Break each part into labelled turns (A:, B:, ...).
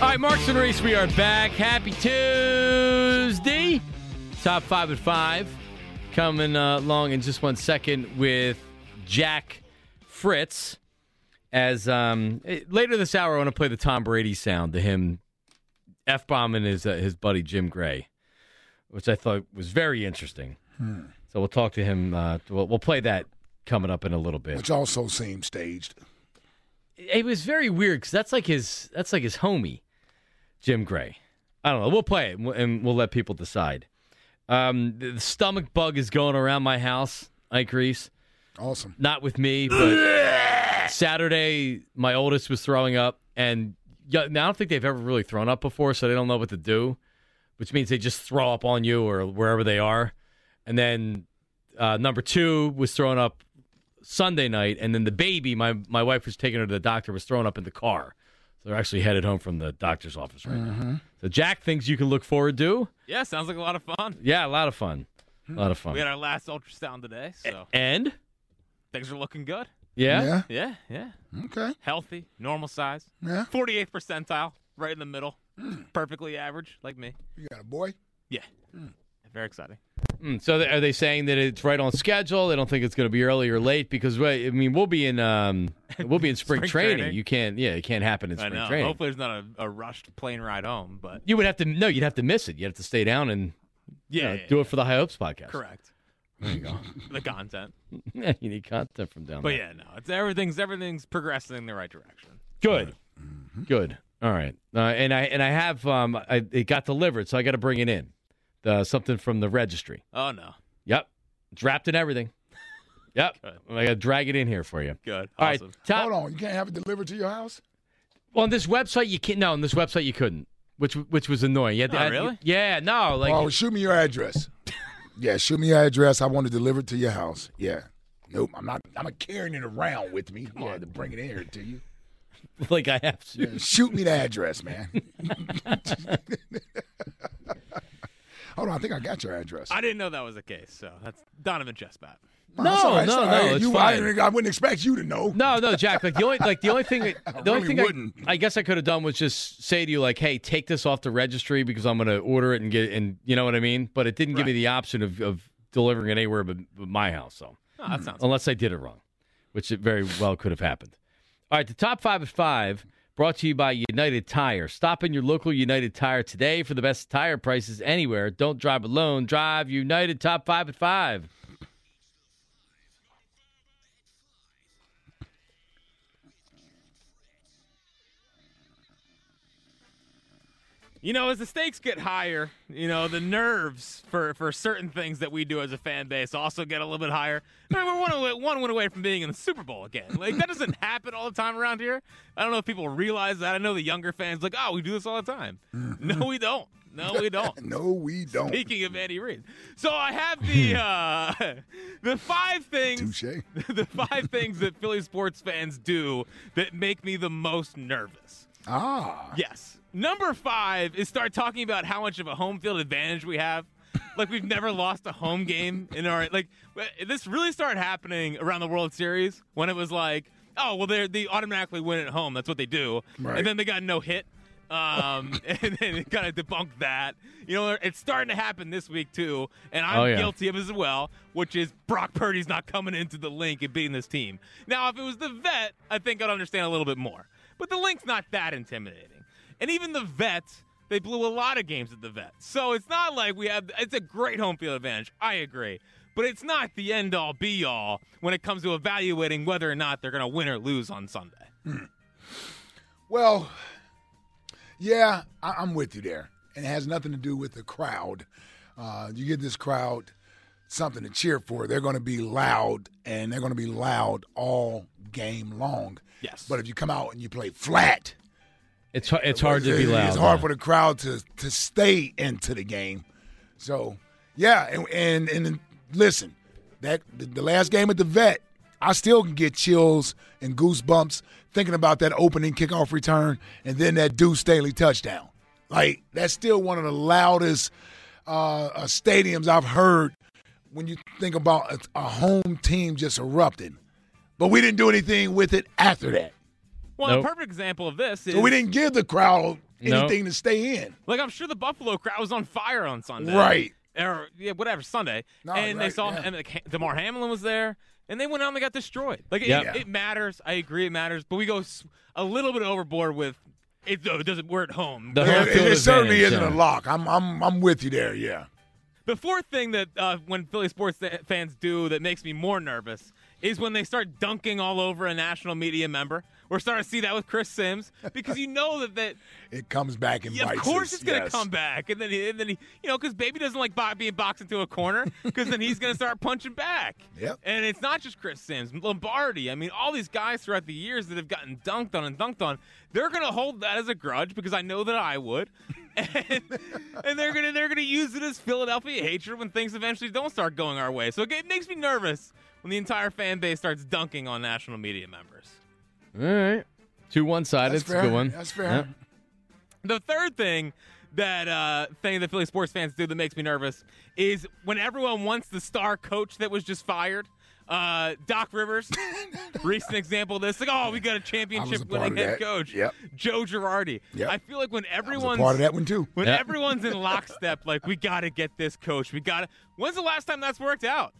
A: All right, Marks and Reese, we are back. Happy Tuesday. Top five at five. Coming uh, along in just one second with Jack Fritz. As um, eh, later this hour, I want to play the Tom Brady sound to him f bombing his uh, his buddy Jim Gray, which I thought was very interesting. So we'll talk to him. Uh, we'll, we'll play that coming up in a little bit.
B: which also seems staged.
A: it was very weird because that's like his that's like his homie, Jim Gray. I don't know. We'll play it and we'll- and we'll let people decide. Um, the the stomach bug is going around my house, Ike Reese.
B: Awesome.
A: Not with me, but Saturday my oldest was throwing up, and yeah, now I don't think they've ever really thrown up before, so they don't know what to do, which means they just throw up on you or wherever they are. And then uh, number two was thrown up Sunday night, and then the baby, my my wife was taking her to the doctor, was thrown up in the car. So they're actually headed home from the doctor's office right now. So Jack thinks you can look forward to.
C: Yeah, sounds like a lot of fun.
A: Yeah, a lot of fun, a lot of fun.
C: We had our last ultrasound today,
A: Eh.
C: so
A: and
C: things are looking good.
A: yeah,
C: Yeah, yeah.
B: Yeah. Okay.
C: Healthy, normal size.
B: Yeah.
C: 48th percentile, right in the middle.
A: Mm.
C: Perfectly average, like me.
B: You got a boy?
C: Yeah. Very exciting.
A: Mm, so they, are they saying that it's right on schedule? They don't think it's going to be early or late because right, I mean we'll be in um we'll be in spring,
C: Spring
A: training.
C: training.
A: You can't yeah it can't happen in
C: I
A: spring
C: know.
A: training.
C: Hopefully, there's not a, a rushed plane ride home, but
A: You would have to no you'd have to miss it. You'd have to stay down and you know, do it for the High Hopes podcast.
C: Correct. the content,
A: you need content from down
C: but
A: there.
C: yeah, no, it's everything's everything's progressing in the right direction.
A: Good. Good. All right. Uh, and I and I have um I, it got delivered, so I got to bring it in. The something from the registry.
C: Oh no, Uh,
A: Yep. It's wrapped in everything. Yep. I got to drag it in here for you.
C: good,
A: All right.
C: awesome.
A: Top,
B: Hold on. You can't have it delivered to your house?
A: on this website you can not no, on this website you couldn't, which which was annoying. You had to-
C: Oh,
A: I had-
C: really?
A: yeah, no, like
B: oh, shoot me your address. yeah, shoot me your address. I want to deliver it to your house. Yeah. Nope. I'm not. I'm not carrying it around with me. Yeah, to bring it in here to you.
A: like I have to.
B: Shoot me the address, man. Hold on. I think I got your address.
C: I didn't know that was the case, so that's Donovan Chesbat.
B: No, it's all right, it's
A: no,
B: all right.
A: no, it's
B: You-
A: fine.
B: I, didn't- I wouldn't expect you to know.
A: No, no, Jack. Like the only, like the only thing, that, the only thing
B: really wouldn't.
A: I, I guess I could have done was just say to you, like, "Hey, take this off the registry because I'm going to order it and get, and you know what I mean." But it didn't give me the option of, of delivering it anywhere but, but my house. So
C: Oh, that sounds.
A: unless I did it wrong, which it very well could have happened. All right, the top five at five brought to you by United Tire. Stop in your local United Tire today for the best tire prices anywhere. Don't drive alone. Drive United. Top five at five.
C: You know, as the stakes get higher, you know, the nerves for, for certain things that we do as a fan base also get a little bit higher. I mean, we're one, away, one win away from being in the Super Bowl again. Like, that doesn't happen all the time around here. I don't know if people realize that. I know the younger fans, like, oh, we do this all the time. No, we don't. No, we don't.
B: No, we don't.
C: Speaking of Andy Reid. So I have the uh, the five things
B: Touche.
C: the five things that Philly sports fans do that make me the most nervous.
B: Ah.
C: Yes. Number five is start talking about how much of a home field advantage we have. Like we've never lost a home game in our like. This really started happening around the World Series when it was like, oh well, they they automatically win at home. That's what they do.
B: Right.
C: And then they got no hit. Um, and then it kind of debunked that. You know, it's starting to happen this week too, and I'm
A: Oh, yeah.
C: guilty of as well, which is Brock Purdy's not coming into the link and beating this team. Now, if it was the vet, I think I'd understand a little bit more. But the link's not that intimidating. And even the vet, they blew a lot of games at the vet. So it's not like we have it's a great home field advantage. I agree. But it's not the end all be all when it comes to evaluating whether or not they're gonna win or lose on Sunday.
B: Well, yeah, I- I'm with you there. And it has nothing to do with the crowd. Uh, you get this crowd something to cheer for. They're going to be loud, and they're going to be loud all game long.
C: Yes.
B: But if you come out and you play flat,
A: It's har- it's hard to be
B: it-
A: loud.
B: It's hard
A: man.
B: for the crowd to to stay into the game. So, yeah, and and, and then, listen, that the, the last game at the vet, I still can get chills and goosebumps thinking about that opening kickoff return and then that Deuce Staley touchdown. Like that's still one of the loudest uh, uh, stadiums I've heard when you think about a, a home team just erupting. But we didn't do anything with it after that.
C: Well,
A: Nope.
C: a perfect example of this is
B: So we didn't give the crowd
A: No.
B: anything to stay in.
C: like I'm sure the Buffalo crowd was on fire on Sunday,
B: Right.
C: Or yeah, whatever Sunday,
B: No,
C: and they
B: right,
C: saw
B: yeah.
C: and like, Demar Hamlin was there, and they went out and they got destroyed. Like it-
A: Yeah.
C: it, matters. I agree, it matters, but we go s- a little bit overboard with it. though, It doesn't. We're at home.
A: The
B: Yeah,
A: home
B: it,
A: field
B: it certainly
A: advantage,
B: isn't
A: yeah.
B: a lock. I'm I'm I'm with you there. Yeah.
C: The fourth thing that uh, when Philly sports th- fans do that makes me more nervous is when they start dunking all over a national media member. We're starting to see that with Chris Sims because you know that that
B: It comes back and
C: yeah,
B: bites
C: of course
B: us,
C: it's gonna
B: yes.
C: come back, and then he, and then he, you know, because baby doesn't like bo- being boxed into a corner because then he's gonna start punching back.
B: Yep.
C: And it's not just Chris Sims, Lombardi. I mean, all these guys throughout the years that have gotten dunked on and dunked on, they're gonna hold that as a grudge because I know that I would, and, and they're gonna they're gonna use it as Philadelphia hatred when things eventually don't start going our way. So it, it makes me nervous when the entire fan base starts dunking on national media members.
A: All right. Two one sided.
B: That's
A: It's a
B: fair.
A: good one.
B: That's fair.
A: Yeah.
C: The third thing that uh, thing that Philly sports fans do that makes me nervous is when everyone wants the star coach that was just fired. Uh, Doc Rivers, recent example of this. Like, oh, we got a
B: I was a
C: championship
B: part
C: winning
B: of
C: head
B: that.
C: coach,
B: Yep.
C: Joe Girardi.
B: Yep.
C: I feel like when
B: I was
C: everyone's
B: a part of that one too.
C: when
A: Yeah.
C: everyone's in lockstep, like we got to get this coach. We got to. When's the last time that's worked out?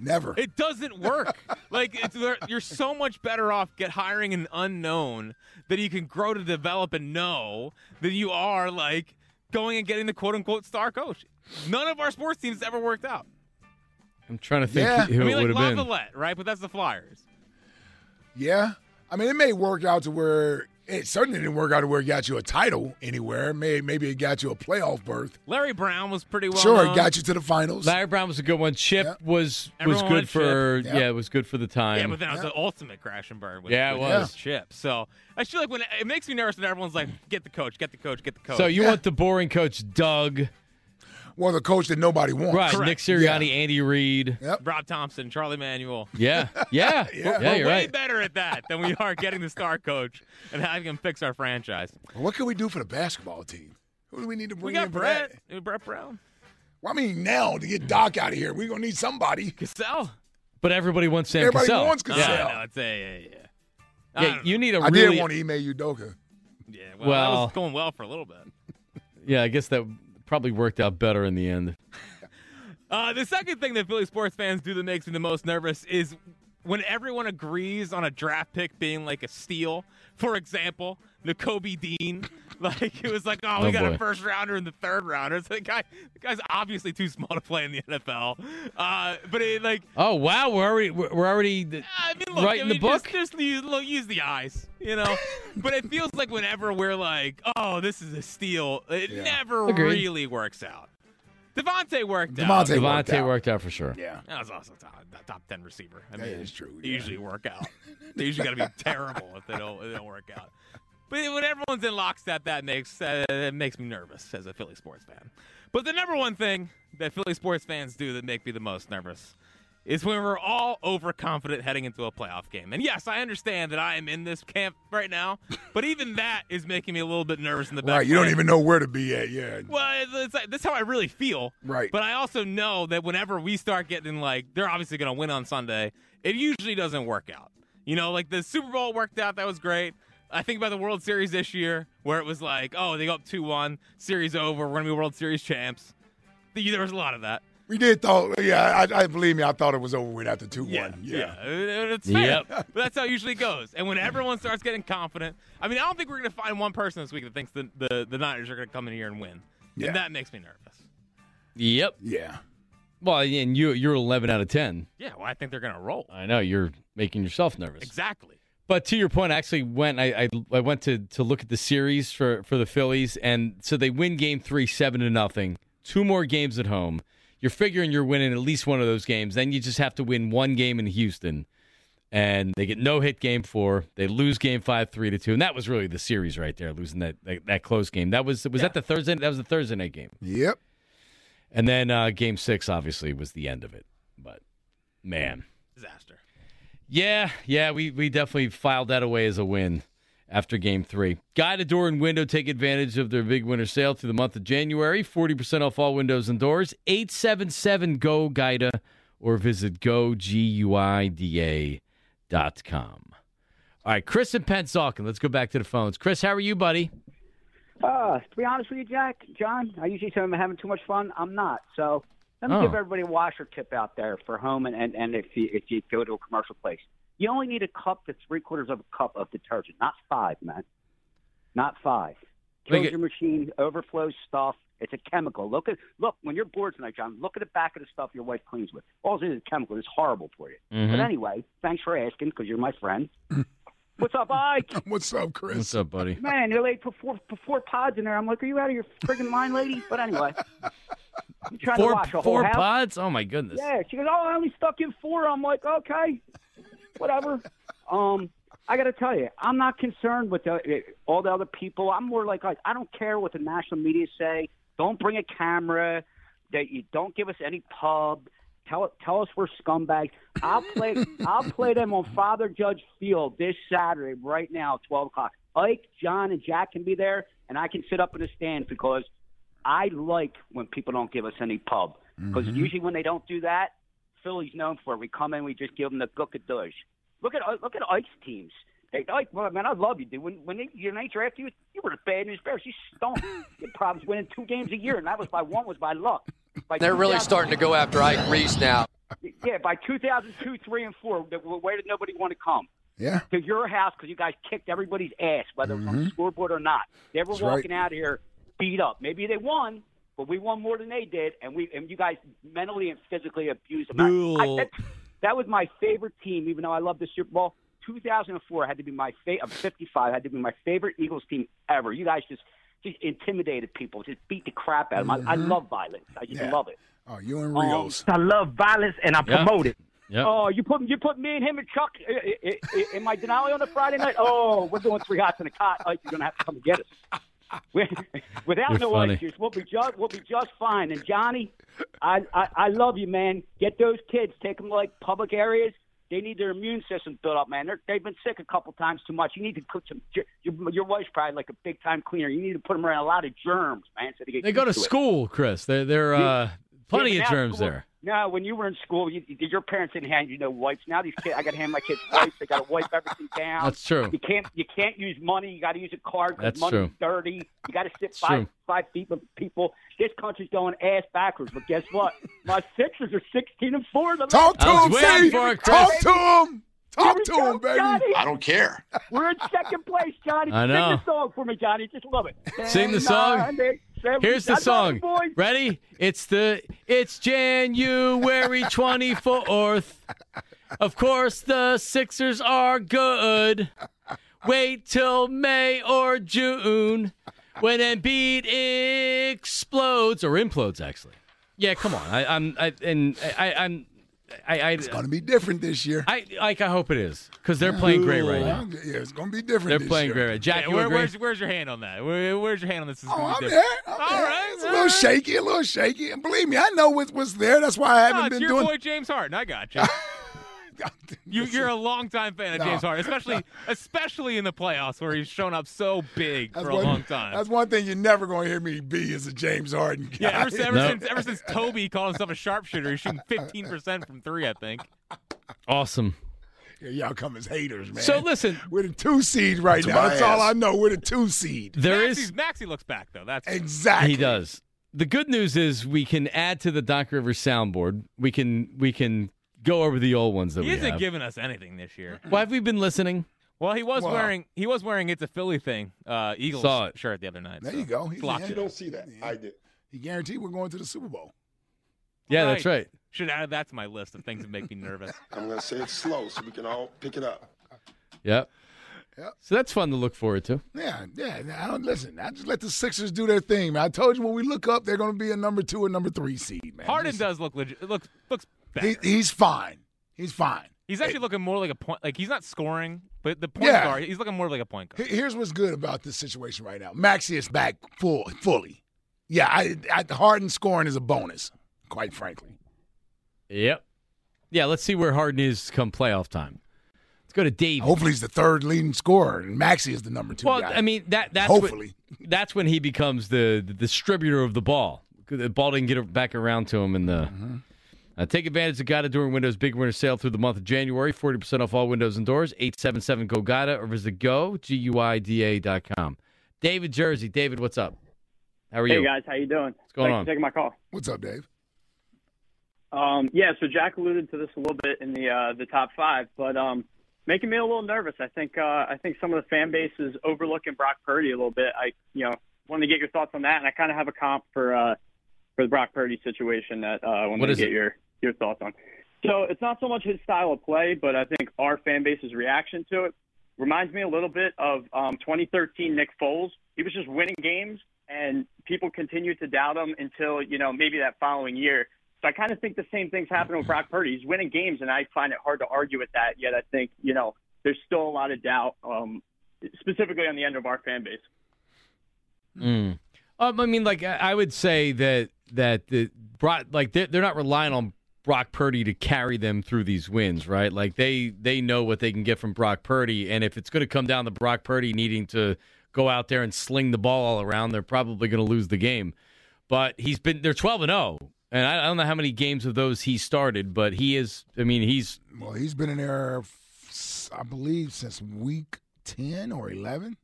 B: Never.
C: It doesn't work. like it's, there- you're so much better off get hiring an unknown that you can grow to develop and know than you are like going and getting the quote unquote star coach. None of our sports teams ever worked out.
A: I'm trying to think
B: Yeah.
A: who
C: I mean,
A: it would
C: like
A: have been.
C: Lavalette, right? But that's the Flyers.
B: yeah. I mean, it may work out to where it certainly didn't work out to where it got you a title anywhere. May maybe it got you a playoff berth.
C: Larry Brown was pretty well. uh,
B: sure,
C: known.
B: it got you to the finals.
A: Larry Brown was a good one. Chip
B: Yeah.
A: was was
C: Everyone
A: good
C: wanted Chip.
A: for
B: Yeah.
A: yeah, it was good for the time.
C: Yeah, but then I was
B: Yeah.
C: the ultimate crash and burn with,
A: Yeah, it
C: with
A: was.
C: his chip. So I feel like when it makes me nervous when everyone's like, get the coach, get the coach, get the coach.
A: so you
B: Yeah.
A: want the boring coach Doug,
B: Well, the coach that nobody wants.
A: right? Nick Sirianni,
B: Yeah.
A: Andy Reid.
B: Yeah.
C: Rob Thompson, Charlie Manuel.
A: Yeah, yeah, yeah.
C: We're
A: you're
C: way
A: right.
C: better at that than we are getting the star coach and having him fix our franchise.
B: What can we do for the basketball team? Who do we need to bring
C: We got
B: in for
C: Brett,
B: that?
C: uh, Brett Brown,
B: Well, I mean, now to get Doc out of here, we're gonna need somebody.
C: Cassell.
A: But everybody wants Sam
B: Everybody
A: Cassell.
B: wants
C: No,
B: Cassell.
A: Yeah.
C: no, it's a yeah, yeah. I
A: Yeah,
C: don't know.
A: you need a
B: I
A: really
B: did want to email you Doka.
C: yeah. Well, that
A: well-
C: was going well for a little bit.
A: yeah. I guess that probably worked out better in the end.
C: Uh, the second thing that Philly sports fans do that makes me the most nervous is when everyone agrees on a draft pick being like a steal. For example, N'Kobe Dean, like it was like, oh, we
A: Oh,
C: got
A: boy.
C: a first rounder and the third rounder. It's like, guy, the guy's obviously too small to play in the NFL. Uh, but it like
A: Oh wow, we're already we're we're already
C: I mean, look,
A: Right
C: I
A: in the
C: mean,
A: book?
C: Just, just use, look, use the eyes, you know. but it feels like whenever we're like, "Oh, this is a steal," it
B: Yeah.
C: never
A: Agreed.
C: really works out. Devontae worked out.
B: Devontae worked
A: Devontae
B: out.
A: worked out for sure.
B: Yeah.
C: That was also top, the top ten receiver. I
B: That
C: mean,
B: is true,
C: They
B: yeah.
C: usually work out. They usually got to be terrible if they don't, if they don't work out. But when everyone's in lockstep, that makes uh, that makes me nervous as a Philly sports fan. But the number one thing that Philly sports fans do that make me the most nervous is when we're all overconfident heading into a playoff game. And yes, I understand that I am in this camp right now, but even that is making me a little bit nervous in the back.
B: Right. You don't
C: end.
B: even know where to be at. Yeah.
C: Well, it's- it's like, that's how I really feel.
B: Right.
C: But I also know that whenever we start getting like, they're obviously going to win on Sunday, it usually doesn't work out. You know, like the Super Bowl worked out. That was great. I think about the World Series this year where it was like, oh, they go up 2 1, series over, we're going to be World Series champs. The- There was a lot of that.
B: We did thought, yeah. I, I believe me. I thought it was over with after two one. Yeah.
C: Uh, It's fair.
A: Yep.
C: But that's how it usually goes. And when everyone starts getting confident, I mean, I don't think we're going to find one person this week that thinks the, the, the Niners are going to come in here and win.
B: Yeah.
C: And that makes me nervous.
A: Yep.
B: yeah,
A: Well, and you you're 11 out of 10.
C: Yeah, well, I think they're going to roll.
A: I know you're making yourself nervous.
C: Exactly.
A: But to your point, I actually went. I, I I went to to look at the series for for the Phillies, and so they win Game Three, seven to nothing. two more games at home. You're figuring you're winning at least one of those games. Then you just have to win one game in Houston. And they get no hit game four. They lose game five, three to two. And that was really the series right there, losing that that, that close game. That was was that the Thursday that was the Thursday night game.
B: Yep.
A: And then uh, game six obviously was the end of it. But man.
C: Disaster.
A: Yeah, yeah, we, we definitely filed that away as a win after game three. Guided Door and Window take advantage of their big winter sale through the month of January. 40% off all windows and doors. 877 GO GUIDA or visit goguida.com. All right, Chris and Pensalkin, let's go back to the phones. Chris, how are you, buddy?
D: Uh, to be honest with you, Jack, John, I usually say I'm having too much fun. I'm not. So let me
A: Oh.
D: give everybody a washer tip out there for home and, and, and if you if you go to a commercial place. You only need a cup to three quarters of a cup of detergent, not five, man. Not five. Kills
A: Like it-
D: your machine, overflows stuff. It's a chemical. Look at look when you're bored tonight, John. Look at the back of the stuff your wife cleans with. All it is is chemical. It's horrible for you.
A: Mm-hmm.
D: But anyway, thanks for asking because you're my friend. What's up, Ike?
B: What's up, Chris?
A: What's up, buddy?
D: Man, they laid put four, put four pods in there. I'm like, are you out of your friggin' mind, lady? But anyway, I'm trying to
A: Four,
D: wash a whole
A: four
D: house.
A: pods? Oh, my goodness.
D: Yeah, she goes, oh, I only stuck in four. I'm like, okay, whatever. um, I got to tell you, I'm not concerned with the, uh, all the other people. I'm more like, like, I don't care what the national media say. Don't bring a camera. That you don't give us any pub. Tell tell us we're scumbags. I'll play I'll play them on Father Judge Field this Saturday right now, twelve o'clock. Ike, John, and Jack can be there, and I can sit up in the stands because I like when people don't give us any pub because
E: Mm-hmm.
D: usually when they don't do that, Philly's known for it. We come in, we just give them the gookadoosh. Look at uh, look at Ike's teams. Hey, Ike, well, man, I love you, dude. When when they, your Knights drafted you, you were the bad news bears. You stunk. you had problems winning two games a year, and that was by one was by luck. By
E: They're really
D: 2000
E: starting to go after Ike Reese now.
D: Yeah, by 2002, three, and four, the- where did nobody want to come?
B: Yeah.
D: to your house because you guys kicked everybody's ass, whether it was on the scoreboard or not. They were
B: Mm-hmm. That's right.
D: walking out here beat up. Maybe they won, but we won more than they did, and we and you guys mentally and physically abused them. I- I-
C: Boo.
D: that, that was my favorite team, even though I love the Super Bowl. 2004 had to be my fa- I'm 55 had to be my favorite Eagles team ever. You guys just just intimidated people, just beat the crap out of them. I, I love violence. I just
B: Mm-hmm. Yeah.
D: love it.
B: Oh, you and Rios.
F: I love violence and I
A: Yeah.
F: promote it.
A: Yep.
D: Oh, you put you put me and him and Chuck uh, i- i- i- in my Denali on a Friday night. Oh, we're doing three hots in a cot. Oh, you're gonna have to come and get us. We- Without
A: You're
D: no
A: funny.
D: issues, we'll be just we'll be just fine. And Johnny, I, I I love you, man. Get those kids, take them to, like public areas. They need their immune system built up, man. They're, they've been sick a couple times too much. You need to cook some. ger- Your, your wife's probably like a big time cleaner. You need to put them around a lot of germs, man. So they get
A: they go to
D: used it.
A: school, Chris. They're, they're uh, plenty
D: Yeah,
A: of
D: but now
A: germs
D: school-
A: there.
D: No, when you were in school, you, you- your parents didn't hand you no wipes. Now these kids, I got to hand my kids wipes. They got to wipe everything down.
A: That's true.
D: You can't you can't use money. You got to use a card
A: That's
D: because money's
A: true.
D: dirty. You got to sit
A: true.
D: five five feet with people. This country's going ass backwards. But guess what? My Sixers are sixteen and four. The
B: Talk to
A: I was
B: him,
A: waiting
B: Sadie.
A: for it,
B: Talk
A: Chris.
B: to him. Talk
D: Here
B: to
D: we go,
B: him, baby.
D: Johnny.
G: I don't care.
D: We're in second place, Johnny.
A: I know.
D: Sing the song for me, Johnny. Just love it.
A: Sing the song.
D: And I- and
A: Here's the
D: I love
A: song.
D: you, boys.
A: Ready? It's the it's January 24th. Of course the Sixers are good. Wait till May or June when Embiid explodes or implodes actually. Yeah, come on. I, I'm I and I, I'm I I,
B: Gonna be different this year.
A: I like I hope it is because they're playing great right now.
B: Yeah, it's gonna be different.
A: They're
B: this
A: playing
B: year.
A: great. Right.
C: Yeah,
A: Jack, you
C: where,
A: agree?
C: where's, where's your hand on that? Where, where's your hand on this? Is
B: Oh,
C: gonna
B: I'm
C: be
B: there.
C: different?
B: I'm
C: All
B: there.
C: right,
B: It's a
C: all
B: little
C: right.
B: shaky, a little shaky. And believe me, I know what's, what's there. That's why I haven't
C: No, Ah, it's
B: been
C: your
B: doing
C: boy James Harden. I got you. You, you're a longtime fan of
B: No.
C: James Harden, especially especially in the playoffs where he's shown up so big
B: That's
C: for a
B: one-
C: long time.
B: That's one thing you're never going to hear me be is a James Harden guy.
C: yeah, ever, since- ever
A: No.
C: since ever since Toby called himself a sharpshooter, he's shooting 15 percent from three. I think.
A: Awesome.
B: Yeah, y'all come as haters, man.
A: So listen,
B: we're the two seed right
G: To
B: now.
G: my
B: That's all
G: ass.
B: I know. We're the two seed.
A: there
C: Maxey's-
A: is
C: Maxey looks back though. That's
B: Exactly.
A: He does. The good news is we can add to the Doc Rivers soundboard. We can we can go over the old ones that
C: he
A: we
C: isn't
A: have.
C: giving us anything this year.
A: Why have we been listening?
C: Well, he was
B: Wow.
C: wearing he was wearing it's a Philly thing uh, Eagles
A: Saw it.
C: shirt the other night.
B: There
C: so
B: you go.
C: it's locked
B: You
C: in.
B: don't
G: see that.
B: I
G: did.
B: He guaranteed we're going to the Super Bowl.
A: Yeah, that's right.
C: Should add that to my list of things that make me nervous.
G: I'm gonna say it slow so we can all pick it up.
A: Yep.
B: Yep.
A: So that's fun to look forward to.
B: Yeah, yeah. I don't listen. I just let the Sixers do their thing, man. I told you when we look up, they're going to be a number two and number three seed, man.
C: Harden
B: Just-
C: does look legit. It looks looks better.
B: He, he's fine. He's fine.
C: he's actually looking more like a point. Like he's not scoring, but the point
B: Yeah.
C: guard. He's looking more like a point
B: He-
C: guard.
B: Here's what's good about this situation right now. Maxi is back full, fully. Yeah, I, I, Harden scoring is a bonus, quite frankly.
A: Yep. Yeah, let's see where Harden is come playoff time. Let's go to Dave.
B: Hopefully, he's the third leading scorer, and Maxi is the number two
A: well,
B: guy.
A: I mean that that's
B: Hopefully.
A: When, that's when he becomes the, the distributor of the ball. The ball didn't get back around to him in the. Uh, take advantage of Gata during Windows Big Winter Sale through the month of January. 40% off all windows and doors. 877 go Gata or visit go, G-U-I-D-A dot com. David Jersey. David, what's up? How are
F: Hey
A: you?
F: guys, how you doing? What's
A: going
F: Thanks
A: on?
F: for taking my call.
B: What's up, Dave?
F: Um, yeah, so Jack alluded to this a little bit in the uh, the top five, but um, making me a little nervous. I think uh, I think some of the fan base is overlooking Brock Purdy a little bit. I you know wanted to get your thoughts on that, and I kind of have a comp for uh, for the Brock Purdy situation that uh, I
A: What
F: wanted to
A: is
F: get
A: it?
F: your your thoughts on. So it's not so much his style of play, but I think our fan base's reaction to it reminds me a little bit of um, 2013 Nick Foles. He was just winning games, and people continued to doubt him until you know maybe that following year. So I kind of think the same thing's happening with Brock Purdy. He's winning games, and I find it hard to argue with that. Yet I think you know there's still a lot of doubt, um, specifically on the end of our fan base.
A: Mm. Um, I mean, like I I would say that that the Brock, like they're, they're not relying on Brock Purdy to carry them through these wins, right? Like they they know what they can get from Brock Purdy, and if it's going to come down to Brock Purdy needing to go out there and sling the ball all around, they're probably going to lose the game. But he's been they're twelve and zero, and I, I don't know how many games of those he started, but he is. I mean, he's
B: Well, he's been in there, f- I believe, since week 10 or 11.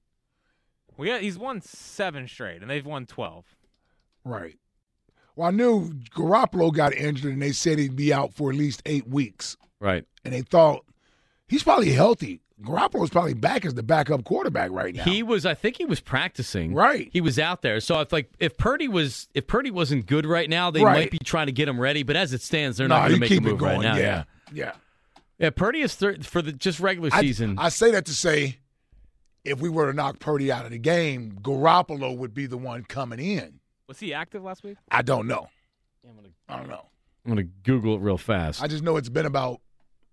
C: Well, yeah, he's won seven straight, and they've won twelve.
B: Right. Well, I knew Garoppolo got injured, and they said he'd be out for at least eight weeks.
A: right.
B: And they thought he's probably healthy. Garoppolo's probably back as the backup quarterback right now.
A: He was. I think he was practicing.
B: Right.
A: He was out there. So if like if Purdy was if Purdy wasn't good right now, they
B: Right.
A: might be trying to get him ready. But as it stands, they're
B: Nah,
A: not going
B: you
A: to make a
B: keep it
A: move
B: going.
A: right now.
B: yeah. Yeah.
A: Yeah, Purdy is thir- for the just regular
B: I-
A: season.
B: I, say that to say, if we were to knock Purdy out of the game, Garoppolo would be the one coming in.
C: Was he active last week?
B: I don't know. I don't know.
A: I'm going to Google it real fast.
B: I just know it's been about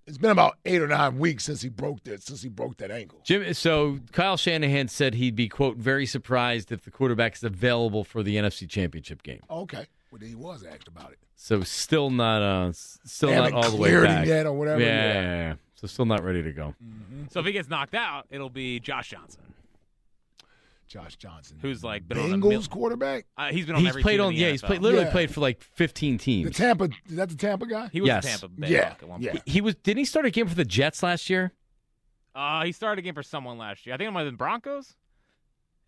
B: it's been about eight or nine weeks since he broke that since he broke that ankle.
A: Jim, so Kyle Shanahan said he'd be quote very surprised if the quarterback is available for the NFC Championship game.
B: Okay. Well, then he was asked about it.
A: So still not uh s- still
B: They
A: not
B: haven't
A: all the way
B: cleared him
A: back
B: yet or whatever,
A: Yeah,
B: yeah.
A: yeah, yeah. So still not ready to go.
C: So if he gets knocked out, it'll be Josh Johnson,
B: Josh Johnson,
C: who's like been on a mil-
B: Bengals quarterback,
C: uh, he's been on
A: He's
C: every
A: played
C: team
A: on.
C: in the
A: Yeah, he's
C: NFL.
A: played literally
B: Yeah.
A: played for like 15
B: the
A: teams.
B: Tampa. Is that the Tampa guy?
C: He was
A: Yes.
C: a Tampa Bay
B: Yeah,
C: Buck at one
B: yeah.
C: point.
A: he was didn't he start a game for the Jets last year?
C: Uh, he started a game for someone last year. I think it might have been Broncos.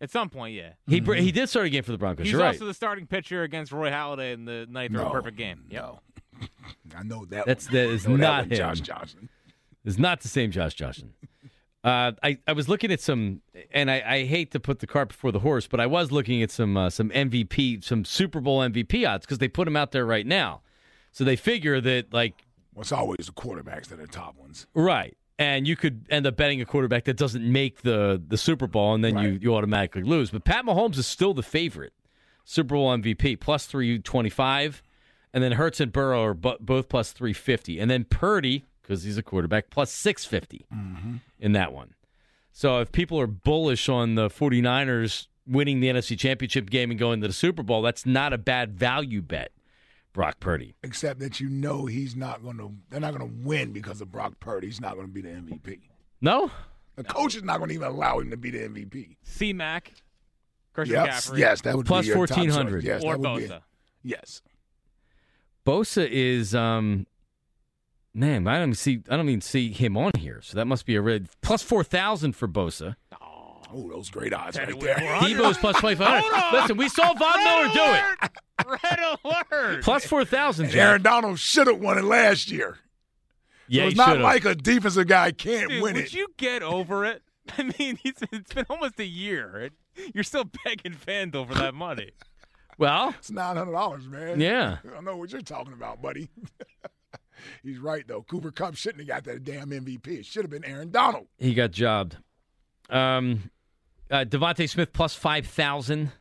C: At some point, yeah.
A: He br he did start a game for the Broncos.
C: He
A: You're
C: was
A: right.
C: also the starting pitcher against Roy Halladay in the ninth or
B: No.
C: perfect game. Yep.
B: No. I know that.
A: That's
B: one.
A: that is
B: I know that
A: not
B: one,
A: him.
B: Josh Johnson.
A: It's not the same Josh Johnson. Uh, I I was looking at some, and I, I hate to put the cart before the horse, but I was looking at some uh, some MVP, some Super Bowl MVP odds because they put him out there right now, so they figure that like
B: Well, it's always the quarterbacks that are the top ones.
A: right, and you could end up betting a quarterback that doesn't make the the Super Bowl, and then you you automatically lose. But Pat Mahomes is still the favorite Super Bowl MVP plus three twenty five, and then Hertz and Burrow are bo- both plus three fifty, and then Purdy because he's a quarterback plus six
B: Mm-hmm.
A: in that one. So if people are bullish on the 49ers winning the NFC Championship game and going to the Super Bowl, that's not a bad value bet, Brock Purdy.
B: Except that you know he's not going to. They're not going to win because of Brock Purdy. He's not going to be the MVP.
A: No?
B: The coach is not going to even allow him to be the MVP.
C: C Mac, Christian
B: Yes,
C: McCaffrey,
B: yes, that would
A: Plus
B: be your top
A: 1400.
B: choice. Yes,
C: or
B: that would be-
C: Bosa.
B: Yes,
A: Bosa is um man, I don't even see I don't even see him on here. So that must be a red plus 4000 for Bosa.
B: oh, those great odds
C: Teddy
B: right there.
C: Whitmore.
A: Debo's plus 2500. Listen, we saw Von Miller do it.
C: Red alert!
A: Plus 4000.
B: And
A: Jack.
B: Aaron Donald should have won it last year.
A: yeah,
B: so it's
A: he
B: not
A: should've.
B: like a defensive guy can't
C: Dude,
B: win
C: would
B: it.
C: you get over it? I mean, it's, it's been almost a year. You're still begging Fandle for that money.
A: Well,
B: It's nine hundred dollars, man.
A: Yeah.
B: I don't know what you're talking about, buddy. He's right though. Cooper Cup shouldn't have got that damn MVP. It should have been Aaron Donald.
A: he got jobbed. Um, uh, Devontae Smith plus 5,000.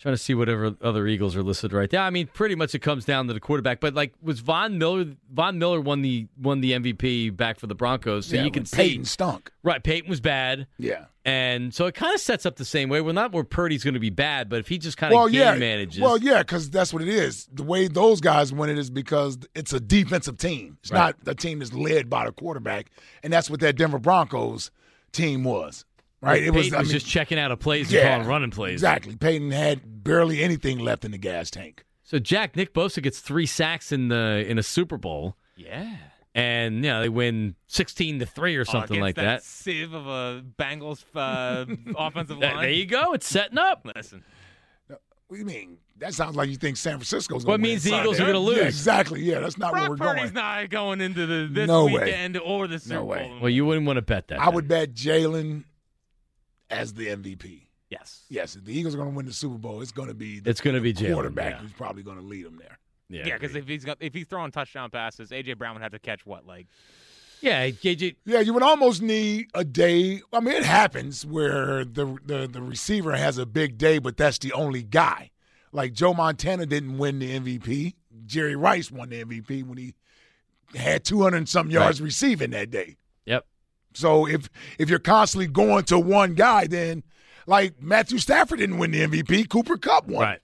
A: Trying to see whatever other Eagles are listed right there. I mean, pretty much it comes down to the quarterback. But like, was Von Miller? Von Miller won the won the MVP back for the Broncos, so
B: yeah,
A: you can
B: when Peyton
A: see
B: stunk.
A: right. Peyton was bad,
B: Yeah.
A: and so it kind of sets up the same way. We're not where Purdy's going to be bad, but if he just kind of
B: Well,
A: game
B: yeah.
A: manages,
B: Well, yeah, because that's what it is. The way those guys win it is because it's a defensive team. It's
A: Right.
B: not a team that's led by the quarterback, and that's what that Denver Broncos team was. Right?
A: Peyton was,
B: I mean,
A: just checking out of plays and
B: yeah,
A: calling running plays.
B: Exactly. Peyton had barely anything left in the gas tank.
A: So Jack Nick Bosa gets three sacks in the in a Super Bowl,
C: Yeah.
A: and you know, they win sixteen to three or
C: Oh, Against
A: something like
C: that
A: that.
C: sieve of a Bengals uh, offensive
A: Th-
C: line.
A: There you go. It's setting up.
C: Listen,
B: What do you mean? That sounds like you think San Francisco's
A: Well, it
B: going to
A: means the Eagles are gonna lose.
B: Yeah, exactly. Yeah, that's not
C: Brock
B: where we're
C: Purdy's
B: going.
C: not going into the this
B: No way.
C: weekend or the Super
B: way.
C: Bowl.
A: Well, you wouldn't want to bet that.
B: I
A: then.
B: would bet Jalen as the MVP.
C: yes.
B: Yes, if the Eagles are going to win the Super Bowl, it's going to be the
A: It's going to be Jalen.
B: quarterback
A: yeah.
B: who's probably going to lead them there.
C: Yeah, because if he's got, if he's throwing touchdown passes, AJ Brown would have to catch what like
A: yeah, JJ.
B: Yeah, you would almost need a day. I mean, it happens where the the, the receiver has a big day, but that's the only guy. Like Joe Montana didn't win the MVP. Jerry Rice won the MVP when he had 200 and some yards receiving that day.
A: Yep.
B: So if if you're constantly going to one guy, then like Matthew Stafford didn't win the MVP. Cooper Cup won.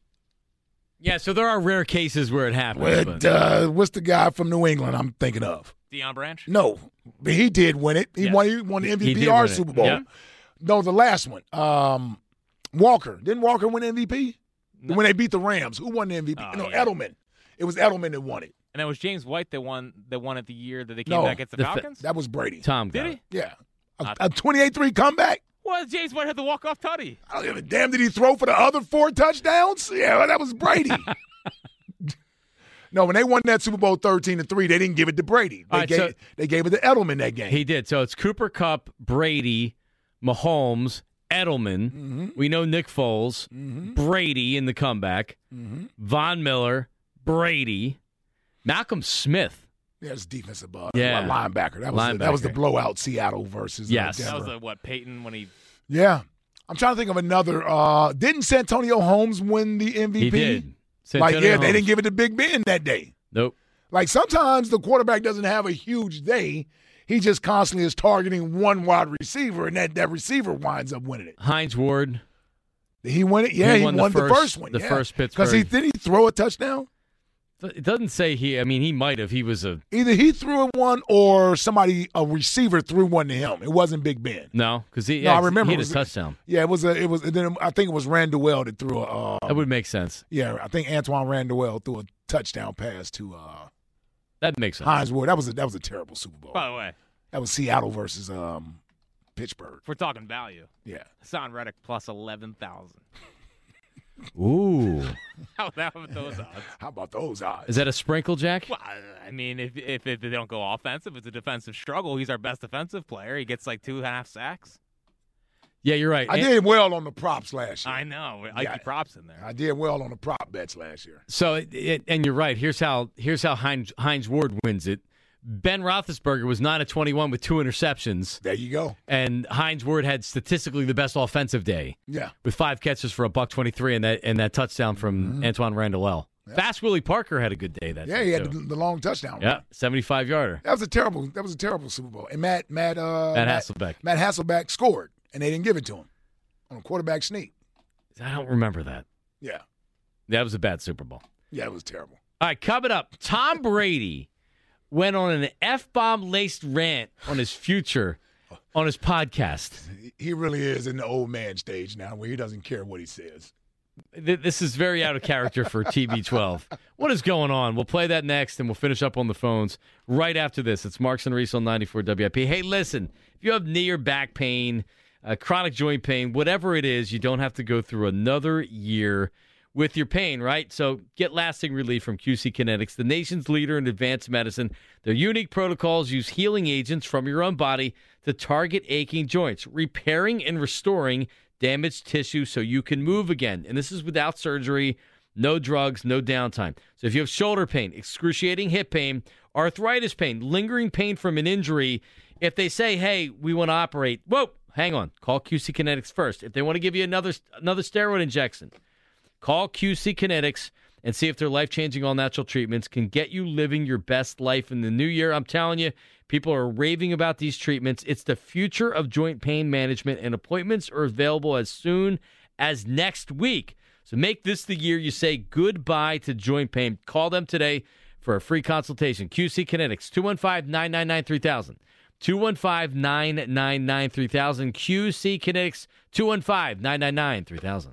A: Yeah, so there are rare cases where it happens.
B: But
A: but-
B: uh, what's the guy from New England I'm thinking of?
C: Deion Branch.
B: No, but he did win it. He
A: Yes.
B: won. He won the
A: He did
B: MVP or
A: win it.
B: Super Bowl.
A: Yep.
B: No, the last one. Um, Walker didn't Walker win MVP when they beat the Rams? Who won the MVP?
C: Oh,
B: no,
C: yeah.
B: Edelman. It was Edelman that won it.
C: And that was James White that won that won it the year that they came
B: No,
C: back against the,
A: the fa-
C: Falcons.
B: That was Brady.
A: Tom got
C: Did
A: it.
C: he?
B: Yeah, a, a 28-3 comeback.
C: Well, James White had the walk off tutty.
B: I don't give a damn. Did he throw for the other four touchdowns? Yeah, well, that was Brady. no, when they won that Super Bowl thirteen to three, they didn't give it to Brady. They
A: All right,
B: gave
A: so-
B: they gave it to Edelman that game.
A: He did. So it's Cooper Cup, Brady, Mahomes, Edelman.
B: Mm-hmm.
A: We know Nick Foles, Brady in the comeback,
B: Mm-hmm.
A: Von Miller, Brady, Malcolm Smith.
B: Yeah, it's defensive ball.
A: Yeah.
B: linebacker. That was The, that was the
A: Linebacker.
B: blowout Seattle versus uh,
A: Yes.
B: Denver.
C: That was a, what Peyton when he
B: yeah. I'm trying to think of another. Uh, didn't Santonio Holmes win the MVP?
A: He did.
B: Like,
A: Santonio
B: yeah, they
A: Holmes.
B: didn't give it to Big Ben that day.
A: Nope.
B: Like sometimes the quarterback doesn't have a huge day. He just constantly is targeting one wide receiver, and that, that receiver winds up winning it.
A: Heinz Ward.
B: Did he win it? Yeah,
A: He
B: he,
A: won the
B: won the
A: first-
B: first one.
A: the first Pittsburgh.
B: Because he did he throw a touchdown?
A: It doesn't say he. I mean, he might have. He was a
B: Either he threw one or somebody a receiver threw one to him. It wasn't Big Ben.
A: no, because he.
B: No, I
A: yeah,
B: remember
A: He had
B: it
A: a
B: was-
A: touchdown.
B: Yeah, it was a. It was. and Then I think it was Randall that threw a. Uh,
A: That would make sense.
B: yeah, I think Antoine Randall threw a touchdown pass to uh,
A: That makes sense.
B: Heinz Ward. That was a. That was a terrible Super Bowl.
C: by the way,
B: That was Seattle versus um, Pittsburgh.
C: if we're talking value,
B: Yeah.
C: Hassan Reddick plus eleven thousand.
A: Ooh,
C: How that with those odds?
B: How about those odds?
A: is that a sprinkle, Jack?
C: Well, I- I mean, if, if if they don't go offensive, it's a defensive struggle. He's our best defensive player. He gets like two and a half sacks.
A: Yeah, you're right.
B: I
A: And-
B: did well on the props last year.
C: I know. Ike
B: Yeah.
C: props in there.
B: I did well on the prop bets last year.
A: So, it, it, and you're right. Here's how here's how Heinz, Heinz Ward wins it. Ben Roethlisberger was nine of 21 with two interceptions,
B: There you go.
A: and Heinz Ward had statistically the best offensive day
B: Yeah.
A: with five catches for a buck 23 and that and that touchdown from Antoine Randall. L. Fast Willie Parker had a good day that
B: Mm-hmm. Yeah,
A: day,
B: he had
A: too.
B: the, the long touchdown.
A: yeah, 75 yarder.
B: That was a terrible. That was a terrible Super Bowl. And Matt Matt uh,
A: Matt Hasselbeck.
B: Matt Hasselbeck scored, and they didn't give it to him on a quarterback sneak.
A: I don't remember that.
B: Yeah.
A: That was a bad Super Bowl.
B: Yeah, it was terrible.
A: All right, coming up, Tom Brady went on an f bomb laced rant on his future on his podcast.
B: He- He really is in the old man stage now where he doesn't care what he says.
A: Th- This is very out of character for TB12. What is going on? We'll play that next and we'll finish up on the phones right after this. It's Marks and Reese on 94 WIP. Hey, listen, if you have knee or back pain, uh, chronic joint pain, whatever it is, you don't have to go through another year with your pain, right? So get lasting relief from QC Kinetics, the nation's leader in advanced medicine. Their unique protocols use healing agents from your own body to target aching joints, repairing and restoring damaged tissue so you can move again. And this is without surgery, no drugs, no downtime. So if you have shoulder pain, excruciating hip pain, arthritis pain, lingering pain from an injury, if they say, hey, we want to operate, whoa, hang on. Call QC Kinetics first. If they want to give you another another steroid injection, call QC Kinetics and see if their life changing all natural treatments can get you living your best life in the new year. I'm telling you, people are raving about these treatments. It's the future of joint pain management, and appointments are available as soon as next week. So make this the year you say goodbye to joint pain. Call them today for a free consultation. QC Kinetics, 215 999 3000. 215 999 3000. QC Kinetics, 215 999 3000.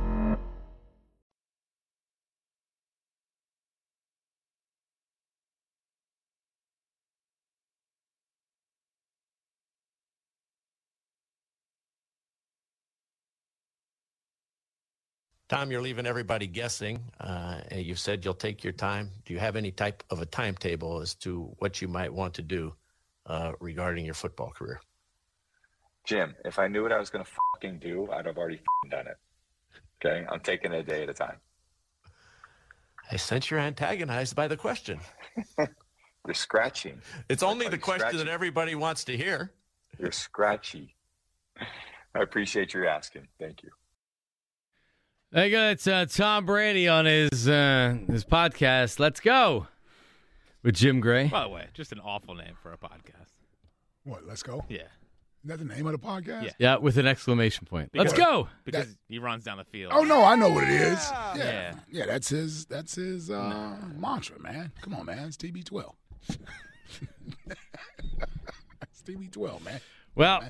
H: Tom, you're leaving everybody guessing. Uh, and you said you'll take your time. Do you have any type of a timetable as to what you might want to do uh, regarding your football career?
I: Jim, if I knew what I was going to fucking do, I'd have already fucking done it. Okay, I'm taking it a day at a time.
H: I sense you're antagonized by the question.
I: You're scratching.
H: It's only
I: Like
H: the question
I: scratching.
H: that everybody wants to hear.
I: You're scratchy. I appreciate your asking. Thank you.
A: There you go. That's uh, Tom Brady on his uh, his podcast. Let's go with Jim Gray.
C: By the way, just an awful name for a podcast.
B: What? Let's go.
C: Yeah.
B: Is that the name of the podcast?
C: Yeah.
A: Yeah, with an exclamation point. Let's
C: Because-
A: go.
C: Because he runs down the field.
B: Oh no, I know what it is. Yeah, yeah,
C: Yeah.
B: that's his. That's his uh, mantra, man. Come on, man. It's TB12. it's TB12, man.
A: Well,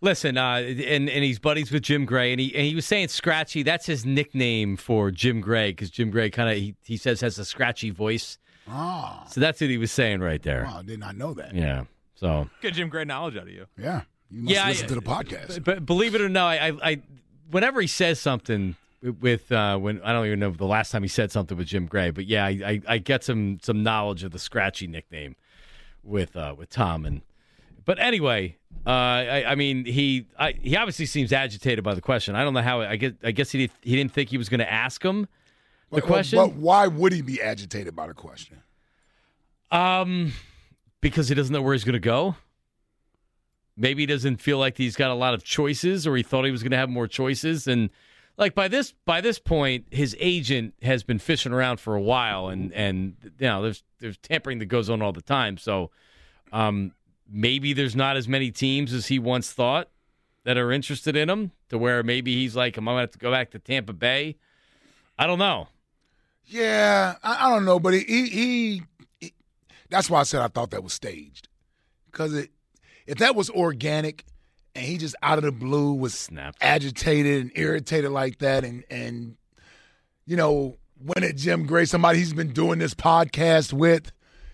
A: listen, uh, and and he's buddies with Jim Gray, and he and he was saying Scratchy. That's his nickname for Jim Gray because Jim Gray kind of he, he says has a scratchy voice.
B: Oh,
A: So that's what he was saying right there.
B: wow, did not know that. Yeah,
A: Yeah. So,
C: Good Jim Gray knowledge out of you.
B: you must
A: Yeah, I-
B: listen to the podcast.
A: but believe it or not, I, I, I whenever he says something with uh, when I don't even know the last time he said something with Jim Gray, but yeah, I, I, I get some some knowledge of the Scratchy nickname with uh, with Tom and. But anyway, uh, I, I mean, he I, he obviously seems agitated by the question. I don't know how. I guess I guess he did, he didn't think he was going to ask him.
B: But, but-
A: question-
B: But, why would he be agitated by the question?
A: Um, because he doesn't know where he's going to go. Maybe he doesn't feel like he's got a lot of choices, or he thought he was going to have more choices. And like by this by this point, his agent has been fishing around for a while, and and you know there's there's tampering that goes on all the time. So, um, maybe there's not as many teams as he once thought that are interested in him. To where maybe he's like, I'm going to have to go back to Tampa Bay. I don't know.
B: Yeah, I, I don't know, but he, he, he, That's why I said I thought that was staged, because it, if that was organic, and he just out of the blue was
A: Snapped.
B: agitated and irritated like that, and and you know went at Jim Gray, somebody he's been doing this podcast with,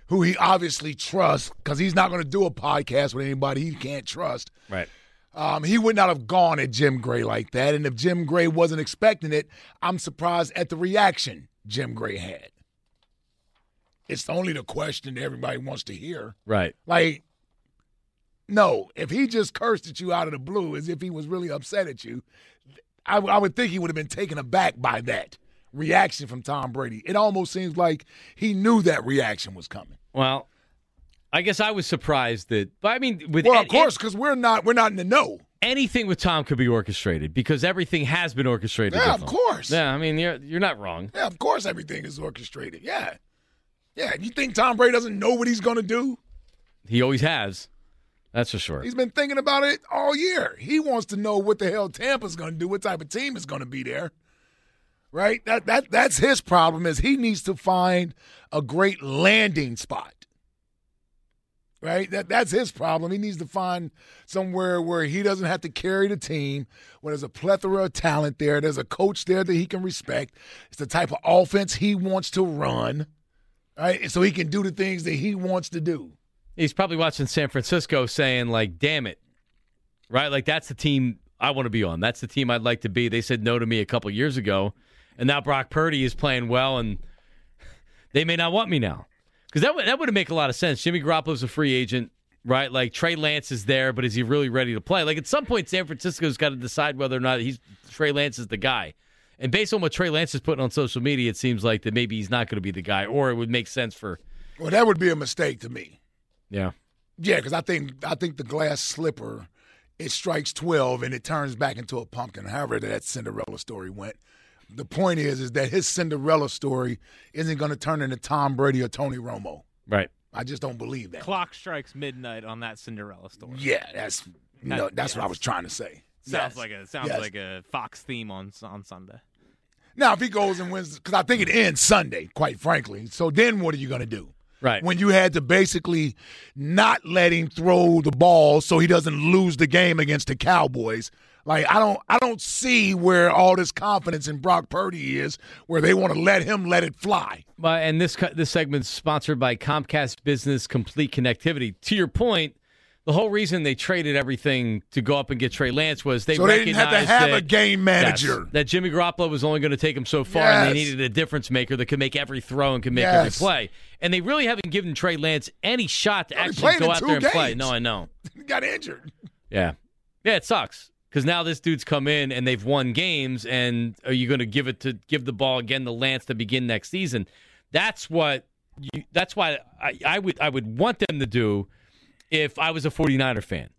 B: who he obviously trusts, because he's not going to do a podcast with anybody he can't trust.
A: Right.
B: Um, he would not have gone at Jim Gray like that, and if Jim Gray wasn't expecting it, I'm surprised at the reaction Jim Gray had. It's only the question that everybody wants to hear.
A: Right.
B: Like, no, if he just cursed at you out of the blue as if he was really upset at you, I, w- I would think he would have been taken aback by that reaction from Tom Brady. It almost seems like he knew that reaction was coming.
A: Well, I guess I was surprised that. But I mean, with
B: well,
A: an-
B: of course, because we're not we're not in the know.
A: anything with Tom could be orchestrated because everything has been orchestrated.
B: Yeah,
A: with
B: of
A: him.
B: course.
A: Yeah, I mean, you're you're not wrong.
B: Yeah, of course, everything is orchestrated. Yeah, yeah. You think Tom Brady doesn't know what he's going to do?
A: He always has. That's for sure.
B: He's been thinking about it all year. He wants to know what the hell Tampa's going to do, what type of team is going to be there. Right? That that that's his problem is he needs to find a great landing spot. Right? That that's his problem. He needs to find somewhere where he doesn't have to carry the team, where there's a plethora of talent there, there's a coach there that he can respect. It's the type of offense he wants to run. Right? And so he can do the things that he wants to do.
A: He's probably watching San Francisco saying, like, damn it. Right? Like, that's the team I want to be on. That's the team I'd like to be. They said no to me a couple years ago. And now Brock Purdy is playing well, and they may not want me now. Because that would, that would make a lot of sense. Jimmy Garoppolo's a free agent, right? Like, Trey Lance is there, but is he really ready to play? Like, at some point, San Francisco's got to decide whether or not he's Trey Lance is the guy. And based on what Trey Lance is putting on social media, it seems like that maybe he's not going to be the guy, or it would make sense for.
B: Well, that would be a mistake to me.
A: Yeah.
B: Yeah, because I think I think the glass slipper, it strikes twelve and it turns back into a pumpkin. However, that Cinderella story went. The point is, is that his Cinderella story isn't going to turn into Tom Brady or Tony Romo.
A: Right.
B: I just don't believe that.
C: Clock strikes midnight on that Cinderella story.
B: Yeah, that's you know,
C: That-
B: that's what I
C: yes.
B: was trying to say.
C: Sounds
B: Yes.
C: like a sounds
B: Yes.
C: like a Fox theme on on Sunday.
B: Now, if he goes and wins, because I think it ends Sunday, quite frankly. So then, what are you going to do?
A: Right.
B: When you had to basically not let him throw the ball so he doesn't lose the game against the Cowboys. Like I don't, I don't see where all this confidence in Brock Purdy is, where they want to let him let it fly.
A: But and this co- this segment's sponsored by Comcast Business Complete Connectivity. To your point, the whole reason they traded everything to go up and get Trey Lance was they
B: so they didn't have to
A: recognized
B: have
A: that,
B: a game manager.
A: Yes, that Jimmy Garoppolo was only going to take him so far, and they
B: Yes.
A: needed a difference maker that could make every throw and could make every
B: Yes.
A: play. And they really haven't given Trey Lance any shot to
B: only
A: actually
B: played
A: go
B: in
A: out
B: two
A: there and play.
B: games.
A: No, I know.
B: He Got injured.
A: Yeah. Yeah, it sucks because now this dude's come in and they've won games, and are you going to give it to give the ball again to Lance to begin next season? That's what you. That's why I, I would I would want them to do if I was a 49er fan.